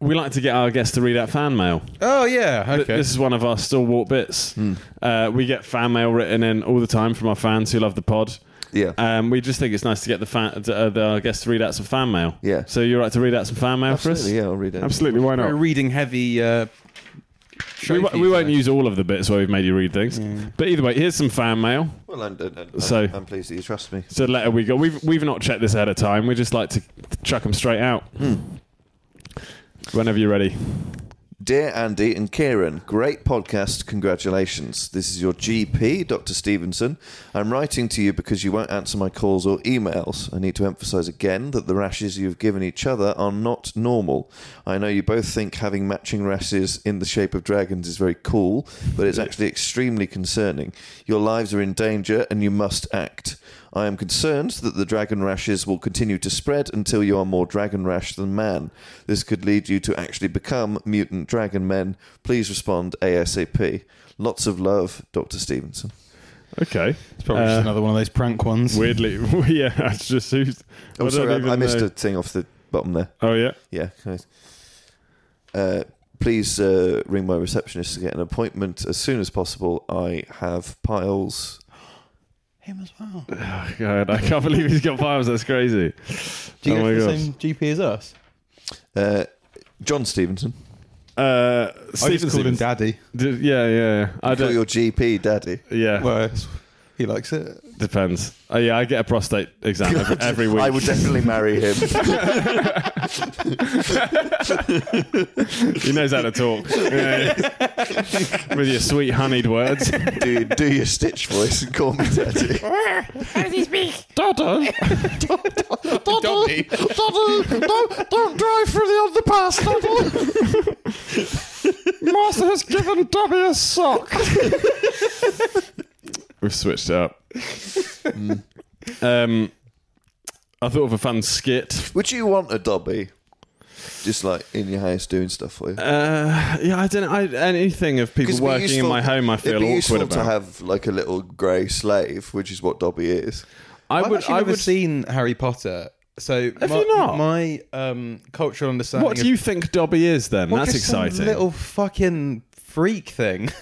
we like to get our guests to read out fan mail. Oh yeah. Th- Okay. This is one of our stalwart bits. Hmm. Uh, we get fan mail written in all the time from our fans who love the pod. Yeah. Um, we just think it's nice to get the fan, to, uh, the, our guests to read out some fan mail. Yeah. So you're right to read out some fan mail Absolutely, for us. yeah, I'll read it. Absolutely. Why Very not? reading heavy. Uh, We, show w- we you won't guys. use all of the bits where we've made you read things. But either way, here's some fan mail. Well, I'm, I'm, I'm- So- I'm pleased that you trust me. So the letter we got. We've we've not checked this ahead of time. We just like to chuck them straight out. Hmm. Whenever you're ready. Dear Andy and Kieran, great podcast. Congratulations. This is your GP, Dr. Stevenson. I'm writing to you because you won't answer my calls or emails. I need to emphasize again that the rashes you've given each other are not normal. I know you both think having matching rashes in the shape of dragons is very cool, but it's actually extremely concerning. Your lives are in danger and you must act. I am concerned that the dragon rashes will continue to spread until you are more dragon rash than man. This could lead you to actually become mutant dragon men. Please respond ASAP. Lots of love, Dr. Stevenson. Okay. It's probably just Uh, another one of those prank ones. Weirdly, yeah. I just who's. Oh, I don't sorry, I, even I missed know. a thing off the bottom there. Oh yeah. Yeah. nice. Uh, please uh, ring my receptionist to get an appointment as soon as possible. I have piles Him as well. Oh, God, I can't believe he's got files. That's crazy. Do you oh go my to the gosh. same GP as us? Uh, John Stevenson. Uh, I just Stephen called him Stevens- Daddy. D- yeah, yeah. yeah. I Call don't. your GP, Daddy. yeah, Well, he likes it. depends. Oh, yeah, I get a prostate exam every, every week. I would definitely marry him. he knows how to talk Yeah, yeah. with your sweet honeyed words. do, do your stitch voice and call me Daddy. Dodo, Doggy. don't don't drive through the underpass, Dodo. Master has given Dobby a sock. We've switched it up. Um, I thought of a fun skit. Would you want a Dobby? Just like in your house doing stuff for you. Uh, yeah, I don't. know. I, anything of people Because it'd be working useful- in my home, I feel it'd be useful awkward about. to have like a little grey slave, which is what Dobby is. I I've would. actually I never would. seen Harry Potter. So Have my, you not? my um, cultural understanding. What of- do you think Dobby is then? Well, That's just some exciting. little fucking freak thing.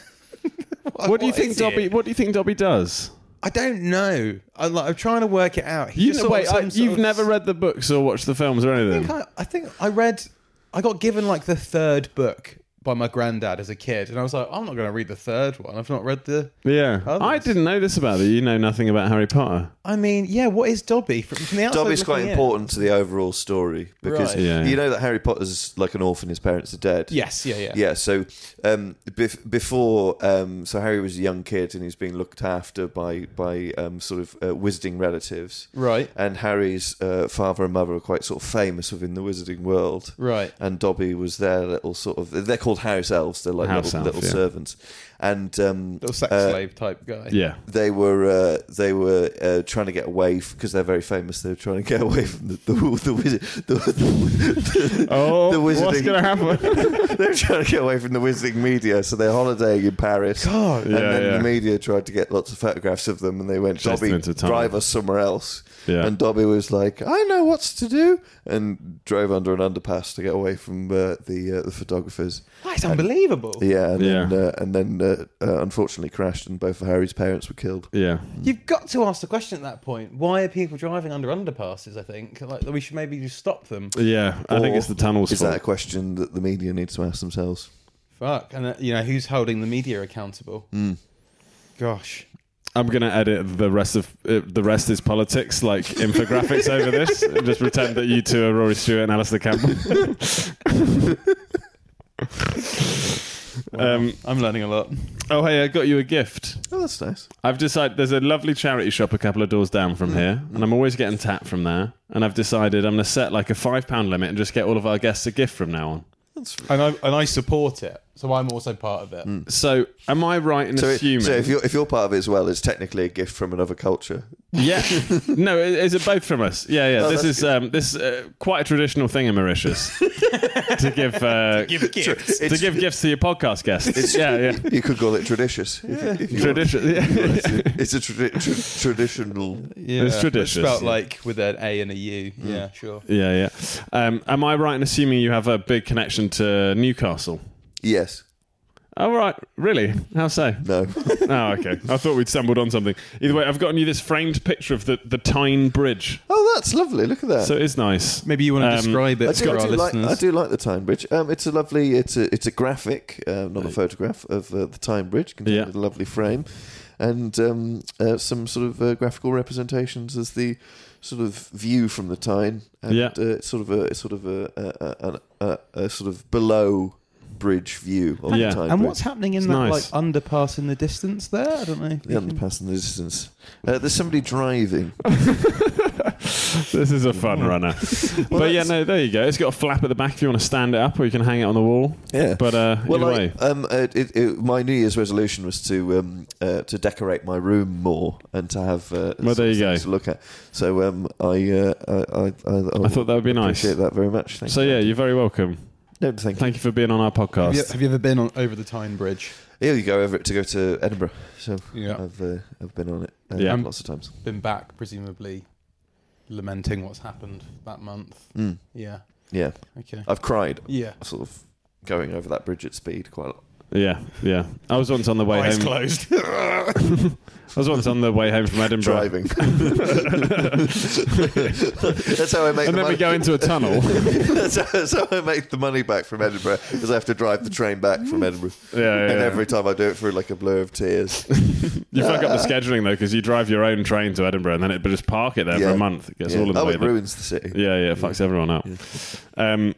what do you think is Dobby? it? What do you think Dobby does? I don't know. I'm, like, I'm trying to work it out. He's You just know, sort wait, of I, some sort you've of- never read the books or watched the films or I anything. think I, I think I read. I got given like the third book by my granddad as a kid, and I was like, I'm not going to read the third one. I've not read the. yeah, Others. I didn't know this about you. You know nothing about Harry Potter. I mean, yeah. What is Dobby from, from the outside? Dobby's looking quite in- important to the overall story because Right. Yeah. you know that Harry Potter's like an orphan; his parents are dead. Yes. Yeah. Yeah. Yeah, so um, bef- before, um, so Harry was a young kid and he was being looked after by by um, sort of uh, wizarding relatives, Right. and Harry's uh, father and mother are quite sort of famous within the wizarding world. Right. And Dobby was their little sort of they're called house elves. They're like House little, elf, little yeah. servants, and um, Little sex uh, slave type guy. Yeah, They were uh, they were uh, trying to get away because they're very famous. They were trying to get away from the the, the wizard. The, the, Oh, the wizarding. what's going to happen? they were trying to get away from the wizarding media, so they're holidaying in Paris. God. and Yeah, then yeah. the media tried to get lots of photographs of them, and they went, Chased them "Dobby, into a tunnel." drive us somewhere else." Yeah. And Dobby was like, "I know what's to do," and drove under an underpass to get away from uh, the uh, the photographers. That's unbelievable. Yeah, and then, Yeah. uh, and then uh, uh, unfortunately crashed, and both of Harry's parents were killed. yeah, You've got to ask the question at that point. Why are people driving under underpasses? I think like we should maybe just stop them. yeah. I think Or it's the tunnels. Is that a fault. question that the media needs to ask themselves? Fuck, and uh, you know who's holding the media accountable? Hmm. Gosh, I'm going to edit the rest of uh, the rest is politics, like infographics over this, and just pretend that you two are Rory Stewart and Alistair Campbell. um, I'm learning a lot. oh, hey, I got you a gift. Oh, that's nice. I've decided there's a lovely charity shop a couple of doors down Mm. from here, and I'm always getting tapped from there. And I've decided I'm going to set like a five pound limit and just get all of our guests a gift from now on. And I and I support it, so I'm also part of Hmm. it. So, am I right in So, it- assuming? so if you're if you're part of it as well, it's technically a gift from another culture. yeah, no, i- is it both from us? Yeah, yeah. Oh, this that's is um, this uh, quite a traditional thing in Mauritius to give uh, to It's, give, gifts to your podcast guests. Yeah, yeah. You could call it traditious. if you- if you want. Tradition. Yeah. it's a tradi- tra- traditional. Yeah, It's but traditious. Spelt like with an A and a U. Hmm. Yeah, sure. yeah, yeah. Um, am I right in assuming you have a big connection to Newcastle? Yes. Oh, right. Really? How so? No. Oh, okay. I thought we'd stumbled on something. Either way, I've gotten you this framed picture of the, the Tyne Bridge. oh, that's lovely. Look at that. So it's nice. Maybe you want to Um, describe I it do, for I, our do like, listeners. I do like the Tyne Bridge. Um, it's a lovely. It's a it's a graphic, uh, not a photograph of uh, the Tyne Bridge, contained Yeah. in a lovely frame, and um, uh, some sort of uh, graphical representations as the sort of view from the Tyne, and Yeah. uh, it's sort of a it's sort of a a, a, a, a sort of below bridge view of Yeah. the Tyne and Bridge. what's happening in It's that nice. like underpass in the distance there? I don't know. the underpass in the distance. Uh, there's somebody driving. This is a fun runner. but yeah, no, there you go. It's got a flap at the back if you want to stand it up or you can hang it on the wall. Yeah. But uh, Well, either I, way. um, uh, it, it, my New Year's resolution was to um, uh, to decorate my room more and to have uh, Well, there some you go. things to look at. So um, I, uh, I, I, I, I thought that would be nice. appreciate that very much. Thank So you. yeah, you're very welcome. no, thank you. Thank you for being on our Have you, podcast. have you ever been on over the Tyne Bridge? Here you go over it to go to Edinburgh. So Yeah. I've uh, I've been on it uh, Yeah. lots of times. Been back, presumably, lamenting what's happened that month. Mm. Yeah. Yeah, Okay. I've cried Yeah. sort of going over that bridge at speed quite a lot. Yeah, yeah. I was once on the way home. closed. I was once on the way home from Edinburgh. driving. that's how I make. And the then we money. go into a tunnel. that's, how, that's how I make the money back from Edinburgh because I have to drive the train back from Edinburgh. Mm. Yeah, yeah, and yeah. every time I do it for like a blur of tears. You fuck up the scheduling though, because you drive your own train to Edinburgh and then it but just park it there Yeah. for a month. It gets Yeah. all of the oh, way it there. ruins the city. Yeah, yeah, it fucks everyone up. Um,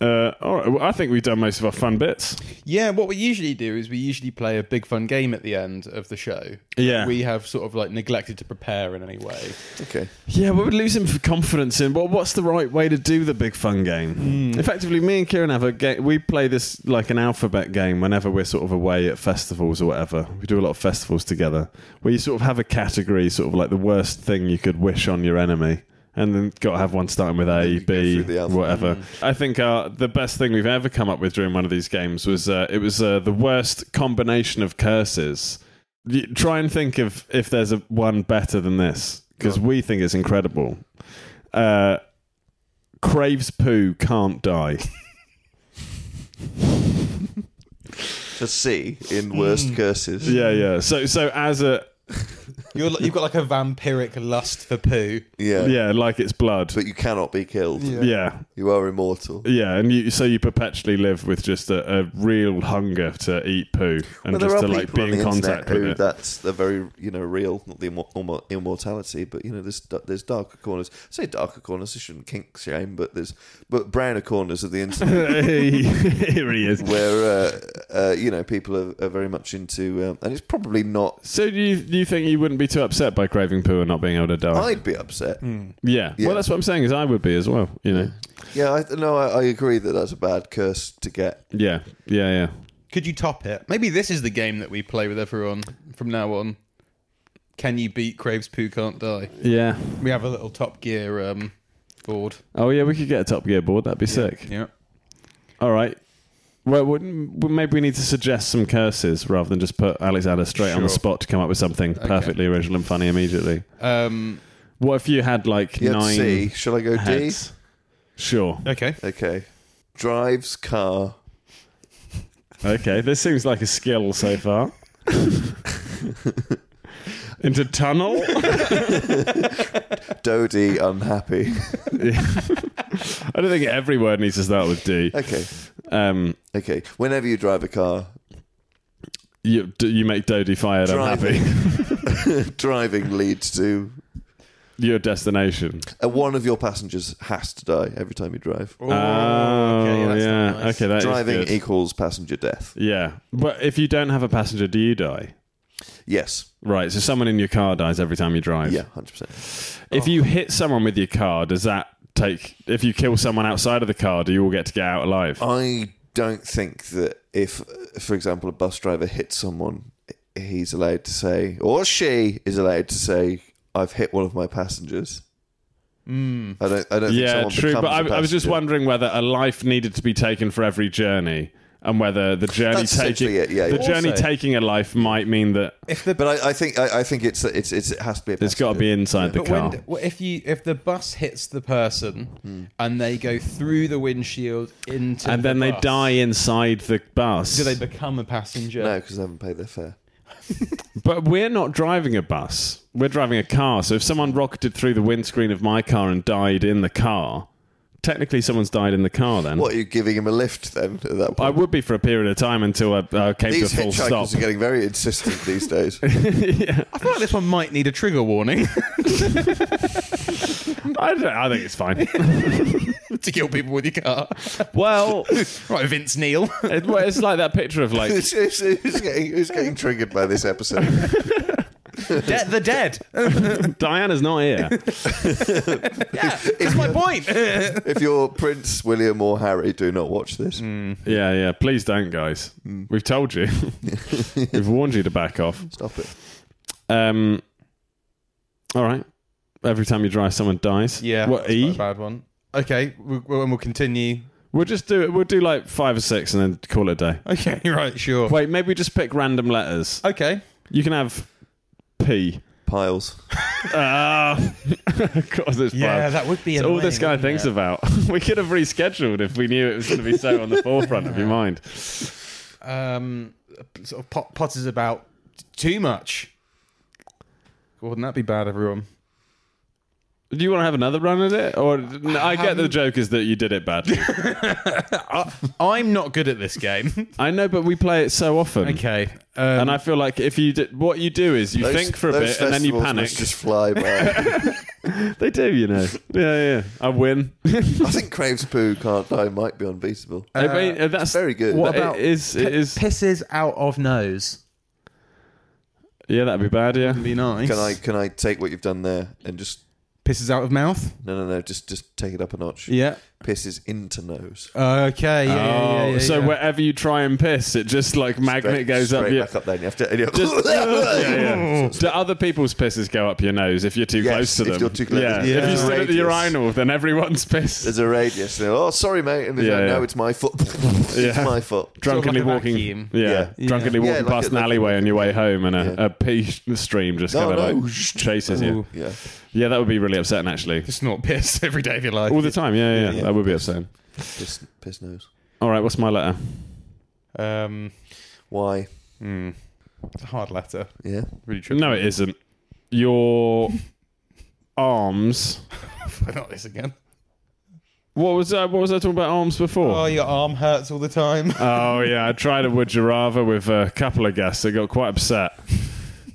uh, all right, well, I think we've done most of our fun bits. Yeah, what we usually do is we usually play a big fun game at the end of the show. Yeah. We have sort of like neglected to prepare in any way. Okay. Yeah, we would lose him for confidence in. Well, what's the right way to do the big fun game? Effectively, me and Kieran have a game. We play this like an alphabet game whenever we're sort of away at festivals or whatever. We do a lot of festivals together where you sort of have a category, sort of like the worst thing you could wish on your enemy. And then got to have one starting with A, you go B, through the alphabet. whatever. I think uh, the best thing we've ever come up with during one of these games was uh, it was uh, the worst combination of curses. Y- try and think of if there's a one better than this because we think it's incredible. Uh, Craves poo can't die. To C in worst curses. Mm. yeah, yeah. So, so as a You're, li- you've got like a vampiric lust for poo. Yeah. yeah, like it's blood. But you cannot be killed. Yeah, You are immortal. yeah, and you so you perpetually live with just a, a real hunger to eat poo and Well, there just are to people like be on in the internet contact with who it. that's the very you know real not the immo- immo- immortality, but you know there's da- there's darker corners. I say darker corners, I shouldn't kink shame, but there's but browner corners of the internet Hey, Here he is. where uh, uh, you know people are, are very much into, um, and it's probably not. So do you do you think you wouldn't be too upset by craving poo and not being able to die? I'd be upset. yeah. Yeah. Well, that's what I'm saying is I would be as well. You know. Yeah, I, no, I, I agree that that's a bad curse to get. Yeah. Yeah. Yeah. Could you top it? Maybe this is the game that we play with everyone from now on. Can you beat Craves Poo Can't Die? Yeah. We have a little Top Gear um, board. Oh yeah, we could get a Top Gear board. That'd be sick. Yeah. All right. Well, wouldn't- well, maybe we need to suggest some curses rather than just put Alexander straight on the Sure. spot to come up with something perfectly original and funny immediately. Um, What if you had like You had nine C. Shall I go heads? Sure. okay. D? Okay. Drives car. Okay. This seems like a skill so far. Into tunnel. Dodie unhappy. I don't think every word needs to start with D. okay. Um, Okay. Whenever you drive a car, you d- you make Dodie fired. I'm Driving. happy. driving leads to Your destination. uh, one of your passengers has to die every time you drive. Oh, okay, yeah, that's yeah. not nice. Okay, that's Driving Good. equals passenger death. yeah, but if you don't have a passenger, do you die? Yes. Right. So someone in your car dies every time you drive. Yeah, hundred percent. If you hit someone with your car, does that take? If you kill someone outside of the car, do you all get to get out alive? I don't think that if, uh, for example, a bus driver hits someone, he's allowed to say, or she is allowed to say, "I've hit one of my passengers." I don't. I don't. Hmm. yeah, think someone true. But I, becomes a I was just passenger. wondering whether a life needed to be taken for every journey, and whether the journey That's taking essentially it, yeah, the yeah. journey Also- taking a life might mean that But I, I think I, I think it's it's, it's it has to be. A it's got to be inside the But car. Hmm. when, well, if you if the bus hits the person and they go through the windshield into and then the they bus, die inside the bus. do they become a passenger? no because they haven't paid their fare. But we're not driving a bus. We're driving a car. So if someone rocketed through the windscreen of my car and died in the car, technically someone's died in the car then. What are you giving him a lift then at that point? I would be for a period of time until I uh, came These to a full hitchhikers stop. are getting very insistent these days. I feel like this one might need a trigger warning I, don't, I think it's fine. to kill people with your car. well, it, right, Vince Neil. well, it's like that picture of like who's, who's- who's getting, who's getting triggered by this episode? De- the dead. Diana's not here. That's my point. if you're Prince William or Harry, do not watch this. Hmm. Yeah, yeah. Please don't, guys. Hmm. We've told you. We've warned you to back off. Stop it. Um. All right. Every time you drive, someone dies. yeah, What that's E? not a bad one. Okay, we, we'll, we'll continue. We'll just do it. We'll do like five or six and then call it a day. Okay, right, sure. Wait, maybe we just pick random letters. Okay. You can have P. Piles. Ah, of course, it's Yeah, bad. that would be It's all annoying, this guy wouldn't thinks it? about. we could have rescheduled if we knew it was going to be so on the forefront of your mind. Um, sort of pot- potters about t- too much. Wouldn't that be bad, everyone? Do you want to have another run at it? Or no, I get Um, the joke is that you did it badly. I'm not good at this game. I know, but we play it so often. okay. Um, And I feel like if you did, what you do is you Those- think for a those bit and then you festivals panic. must Just fly by. They do, you know. Yeah, yeah. I win. I think Craves Poo Can't Die might be unbeatable. I mean, uh, that's very good. What What about about it is? It is. pisses out of nose. yeah, that'd be bad. Yeah. Be nice. Can I can I take what you've done there and just Pisses out of mouth. no no no just just take it up a notch? Yeah. Pisses into nose. Okay. Yeah. Oh, yeah, yeah, yeah, so yeah. wherever you try and piss, it just like magnet Straight- goes up. straight your- back up there. And you have to. And you Just- yeah, yeah. Do other people's pisses go up your nose if you're too Yes, close to if them? you're too close. Yeah. Yeah. If you stood at the Outrageous. urinal, then everyone's piss. There's a radius. And, oh, sorry, mate. And it's Yeah, like, yeah. no, it's my fault. it's Yeah. my fault. Drunkenly Sort of like a walking, vacuum. yeah, Yeah. drunkenly Yeah, walking like past a- an like a- alleyway on your way home, and a, Yeah. a pee stream just No, kind of no. like chases you. Yeah. Yeah, that would be really upsetting, actually. Just not piss every day of your life. All the time, yeah, yeah, yeah. Yeah. that would be upsetting. Piss, piss nose. All right, what's my letter? Um, Why? hmm. It's a hard letter. Yeah. Really tricky. No, it isn't. Your arms. Why not this again? What was that? What was I talking about arms Oh, before? your arm hurts all the time. Oh yeah, I tried a would you rather with a couple of guests. They got quite upset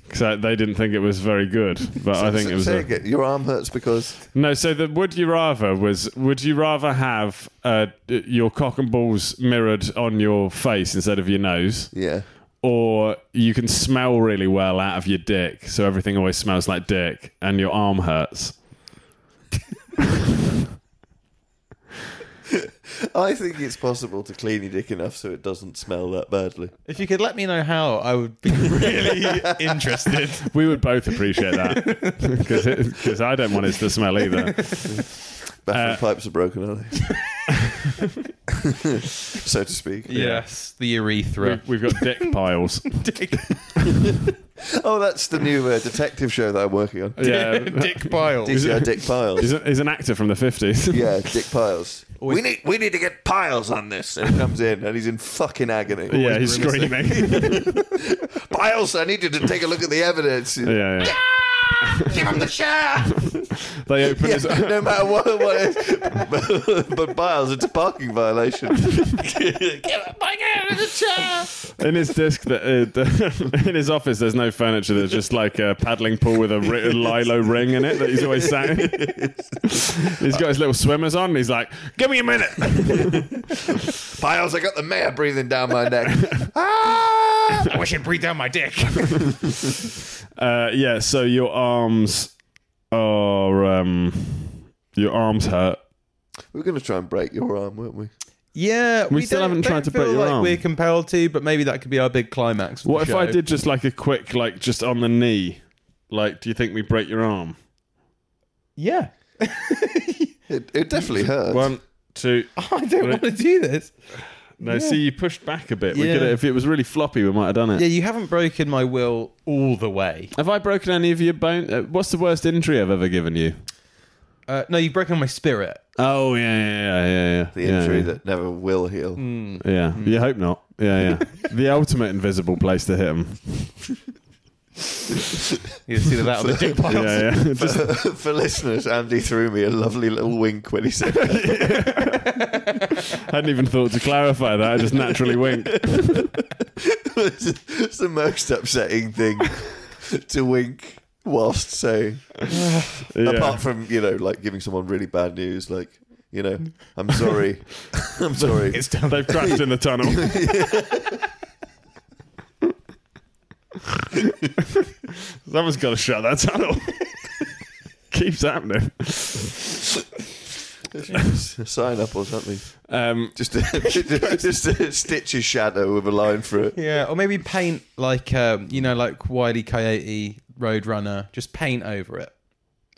because they didn't think it was very good. But I think So- it was say a- again, your arm hurts because no. So the would you rather was would you rather have uh, d- your cock and balls mirrored on your face instead of your nose, yeah. or you can smell really well out of your dick, so everything always smells like dick, and your arm hurts. I think it's possible to clean your dick enough so it doesn't smell that badly. If you could let me know how, I would be really interested. We would both appreciate that because I don't want it to smell either. Bathroom Uh, pipes are broken, aren't they? so to speak. Yes, the urethra. We've, we've got dick piles. dick, Oh, that's the new uh, detective show that I'm working on. Yeah, Um, dick piles. These are Dick Piles. He's, a- he's an actor from the fifties. Yeah, Dick Piles. Oh, We need we need to get Piles on this. And he comes in and he's in fucking agony. yeah, he's screaming. yeah, Piles, I need you to take a look at the evidence. yeah. Give him the chair. They open Yeah, his. no matter what, what it is. But, but Biles, it's a parking violation. in his disc that uh, the- in his office there's no furniture there's just like a paddling pool with a ri- lilo ring in it that he's always sat in he's got his little swimmers on and he's like give me a minute Biles, I got the mayor breathing down my neck. Ah! I wish it'd breathe down my dick. uh, yeah so your arms are um, your arms hurt We We're going to try and break your arm, weren't we? Yeah, We still don't- haven't tried don't to break feel your like arm. We're compelled to, but maybe that could be our big climax. for what if the I show. did just like a quick like just on the knee like do you think we break your arm Yeah, It, it definitely hurt. one two I don't want to do this. no see you pushed back a bit we Yeah. could if it was really floppy we might have done it Yeah, you haven't broken my will all the way. Have I broken any of your bone? Uh, what's the worst injury I've ever given you? Uh, no, you've broken my spirit. Oh yeah, yeah, yeah, yeah. yeah. the Yeah, injury yeah. Hmm. that never will heal. Mm. Yeah, you hope not. Yeah, yeah. the ultimate invisible place to hit him. You see that on the dick piles. Yeah, yeah. Just For listeners, Andy threw me a lovely little wink when he said that. hadn't even thought to clarify that. I just naturally winked. it's the most upsetting thing to wink whilst saying. Yeah. Apart from, you know, like giving someone really bad news, like, you know, I'm sorry. I'm sorry. It's done. They've cracked in the tunnel. Someone's got to shut that tunnel. Keeps happening. Sign up or something. Um, Just a, just a stitch his shadow with a line through it. Yeah, or maybe paint like um, you know, like Wiley Coyote Roadrunner. Just paint over it,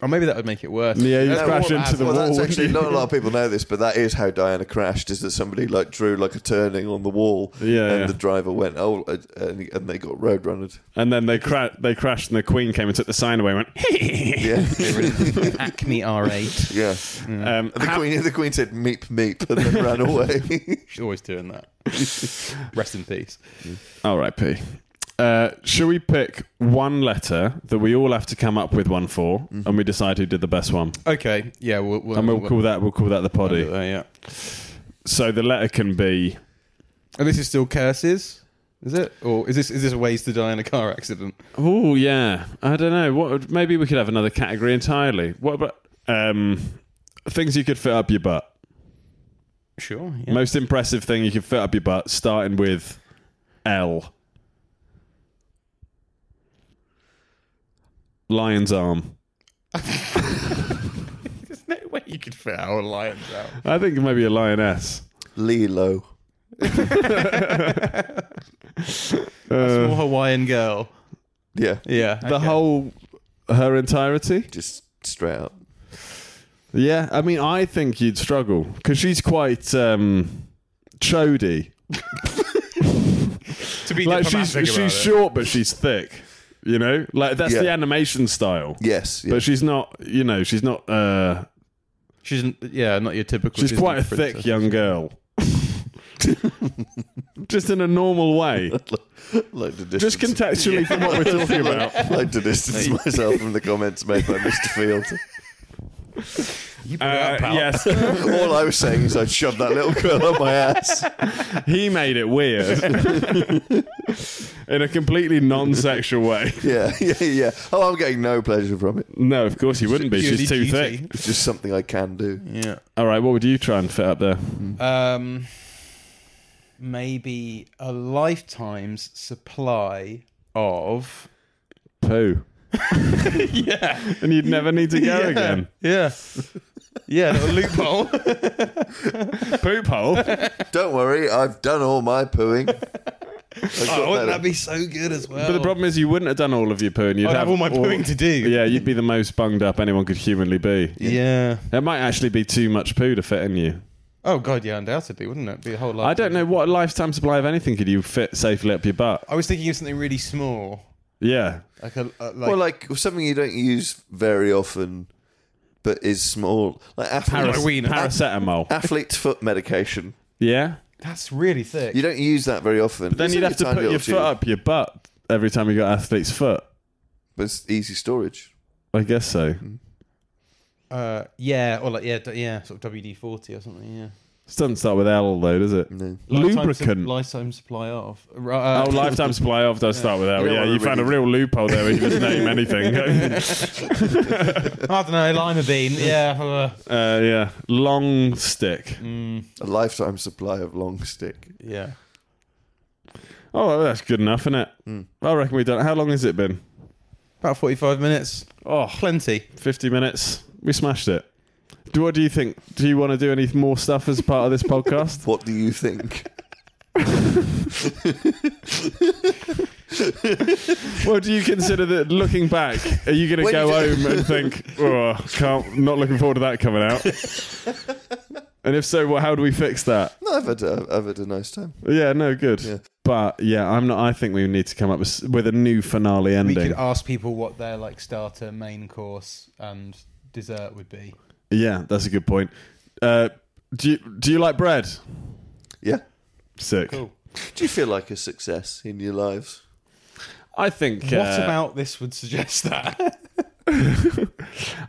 or maybe that would make it worse. yeah, you No, crash well, into the well, wall. that's wouldn't actually you? not a lot of people know this, but that is how Diana crashed. Is that somebody like drew like a turning on the wall, Yeah, and yeah. the driver went oh, uh, and, and they got road runnered. And then they cra- they crashed, and the Queen came and took the sign away. and Went. Yeah, Acme R8. yeah. um, The queen, the queen said meep meep, and then ran away. She's always doing that. Rest in peace. All right, P. Uh, should we pick one letter that we all have to come up with one for, Mm-hmm. and we decide who did the best one, Okay, yeah, we'll, we'll, and we'll call that we'll call that the we'll- poddy. uh, yeah. So the letter can be And this is still curses, is it? Or is this is this ways to die in a car accident? oh yeah, I don't know. What maybe we could have another category entirely. What about um, things you could fit up your butt? Sure. Yeah. Most impressive thing you could fit up your butt, starting with L. Lion's arm. There's no way you could fit our lions out. I think maybe a lioness. Lilo. Small Hawaiian girl. Yeah, Uh. Yeah. The whole, her entirety. just straight up. Yeah, I mean, I think you'd struggle because she's quite um, chody. to be Like she's she's short, but she's thick. You know, like that's Yeah. the animation style. Yes, yeah. But she's not. You know, she's not. Uh, She's yeah, not your typical. She's Disney quite a princess. thick young girl. just in a normal way. like to distance, Just contextually from what we're talking about. like to distance myself from the comments made by Mr. Field. Uh, yes, All I was saying is I'd shove that little girl up my ass. he made it weird in a completely non-sexual way. Yeah, yeah, yeah. Oh, I'm getting no pleasure from it. No, of course he wouldn't be. She's too Purely thick. It's just something I can do. Yeah. All right, what would you try and fit up there? Um, maybe a lifetime's supply of. Poo. yeah, and you'd never need to go again. Yeah. Yeah. Little loophole. Poop hole. Don't worry, I've done all my pooing. oh, wouldn't that be so good as well? But the problem is, you wouldn't have done all of your poo, and you'd Oh. I'd have all my pooing to do. Yeah, you'd be the most bunged up anyone could humanly be. Yeah. It might actually be too much poo to fit in you. Oh god, yeah, undoubtedly, wouldn't it? Be a whole lot. I don't know what lifetime supply of anything could you fit safely up your butt. I was thinking of something really small, Yeah, like a a- like. Well, like something you don't use very often, but is small, like Paras- athlete, paracetamol. athlete's foot medication. yeah, that's really thick. You don't use that very often. then It's you'd only have to a tiny put little your tube, foot up your butt every time you got athlete's foot. but it's easy storage. I guess so. Uh, yeah, or like yeah, d- yeah, sort of WD forty or something. Yeah. This doesn't start with L though, does it? No. Lubricant. lifetime supply of. Uh, Oh, lifetime supply of does start with L. You don't yeah, wanna you found a really- real loophole there. Where you just name anything. I don't know, lima bean. Yeah. uh, uh, yeah, long stick. A lifetime supply of long stick. yeah. Oh, well, that's good enough, isn't it? I reckon we've done. How long has it been? About forty-five minutes. Oh, Plenty. 50 minutes. We smashed it. Do, what do you think? Do you want to do any more stuff as part of this podcast? What do you think? well, do you consider that looking back, are you going to When go you do- home and think, oh, can't, not looking forward to that coming out? and if so, well, how do we fix that? no, I've had, a, I've had a nice time. Yeah, no, good. Yeah. But yeah, I'm not. I think we need to come up with, s- with a new finale We ending. could ask people what their like starter, main course, and dessert would be. yeah, that's a good point. Uh, do you do you like bread? Yeah. Sick. Do you feel like a success in your lives? I think. uh, What about this would suggest that?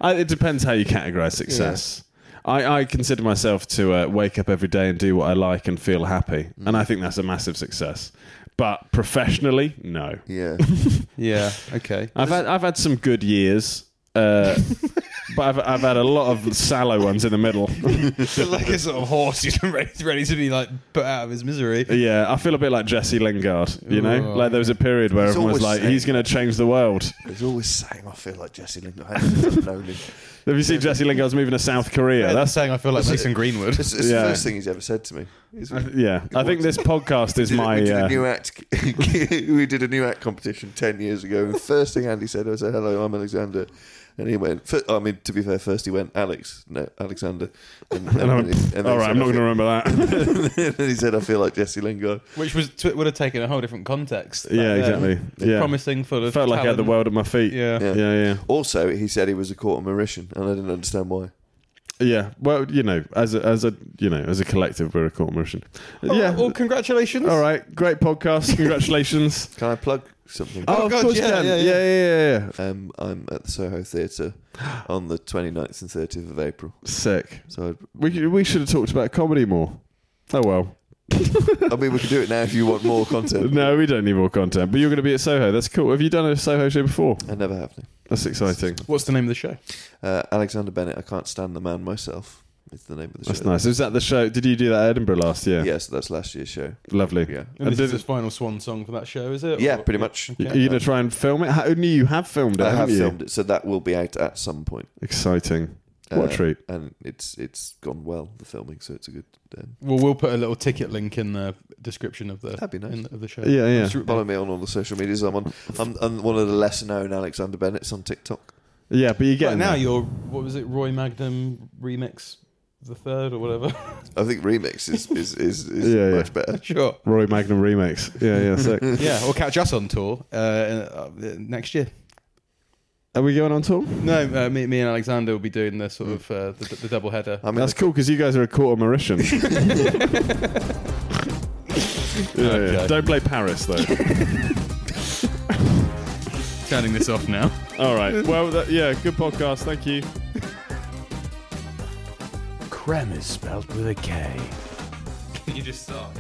I, it depends how you categorize success. I, I consider myself to uh, wake up every day and do what I like and feel happy, and I think that's a massive success. But professionally, no. Yeah. yeah. Okay. I've had I've had some good years, uh, but I've I've had a lot of sallow ones in the middle. like a sort of horse, you know, ready, ready to be like put out of his misery. yeah, I feel a bit like Jesse Lingard. You know, Ooh. like there was a period where He's everyone was always like, saying- "He's going to change the world." He's always saying, I feel like Jesse Lingard. I've known him. Have you seen Jesse Lingard's moving to South Korea? That's saying I feel like Mason Greenwood. It's, it's Yeah. the first thing he's ever said to me. He's- yeah. I think this podcast is did- my. we did uh, a new act. we did a new act competition ten years ago, and first thing Andy said, I said, "Hello, I'm Alexander," and he went. fir- I mean, to be fair, first he went, "Alex, no, Alexander," and, and, and I'm- then he- and then he all right, said, I'm not "I going to feel-" remember that. and then he said, "I feel like Jesse Lingard." Which was t- would have taken a whole different context. Yeah, Back then. exactly. Yeah. Promising full I of felt like I had the talent. world at my feet. Yeah. Yeah, yeah. Also, he said he was a quarter Mauritian, and I didn't understand why. Yeah, well, you know, as a, as a you know, as a collective, we're a corporation. yeah. Oh, Well, congratulations. all right, great podcast. Congratulations. Can I plug something? oh, of God, course, yeah, yeah, yeah, yeah, yeah, yeah. yeah, yeah. Um, I'm at the Soho Theatre on the 29th and 30th of April. Sick. So I'd, We we should have talked about comedy more. Oh well. I mean, we can do it now if you want more content. No, we don't need more content. But you're going to be at Soho. That's cool. Have you done a Soho show before? I never have. no. That's exciting. What's the name of the show? Uh, Alexander Bennett, I can't stand the man myself. It's the name of the That's show. nice. Was that the show? Did you do that at Edinburgh last year? Yeah, so that's last year's show. Lovely. Yeah. And this did, is his final swan song for that show, is it? Yeah, Or- pretty much. Um, are you going to try and film it? How, only you have filmed it, I have haven't you? filmed it, so that will be out at some point. Exciting. What Uh, a treat. And it's it's gone well the filming, so it's a good. Um, Well, we'll put a little ticket link in the description of the That'd be nice. in- of the show. Yeah, yeah. Sure- follow me on all the social medias. I'm on. I'm, I'm one of the lesser known Alexander Bennett's on TikTok. Yeah, but you get Right now, you're what was it? Roy Magnum remix the third or whatever. I think remix is is is, is Yeah, yeah. much better. sure. Roy Magnum remix. Yeah, yeah. Sick. Yeah, or catch us on tour uh, uh, next year. Are we going on tour? No, Mm. uh, me, me and Alexander will be doing the sort of uh, the, the double header. I mean, That's cool because you guys are a quarter Mauritian. Yeah, yeah. Okay. Don't play Paris though. Turning this off now. All right. Well, that, yeah. Good podcast. Thank you. Krem is spelled with a K. you just start.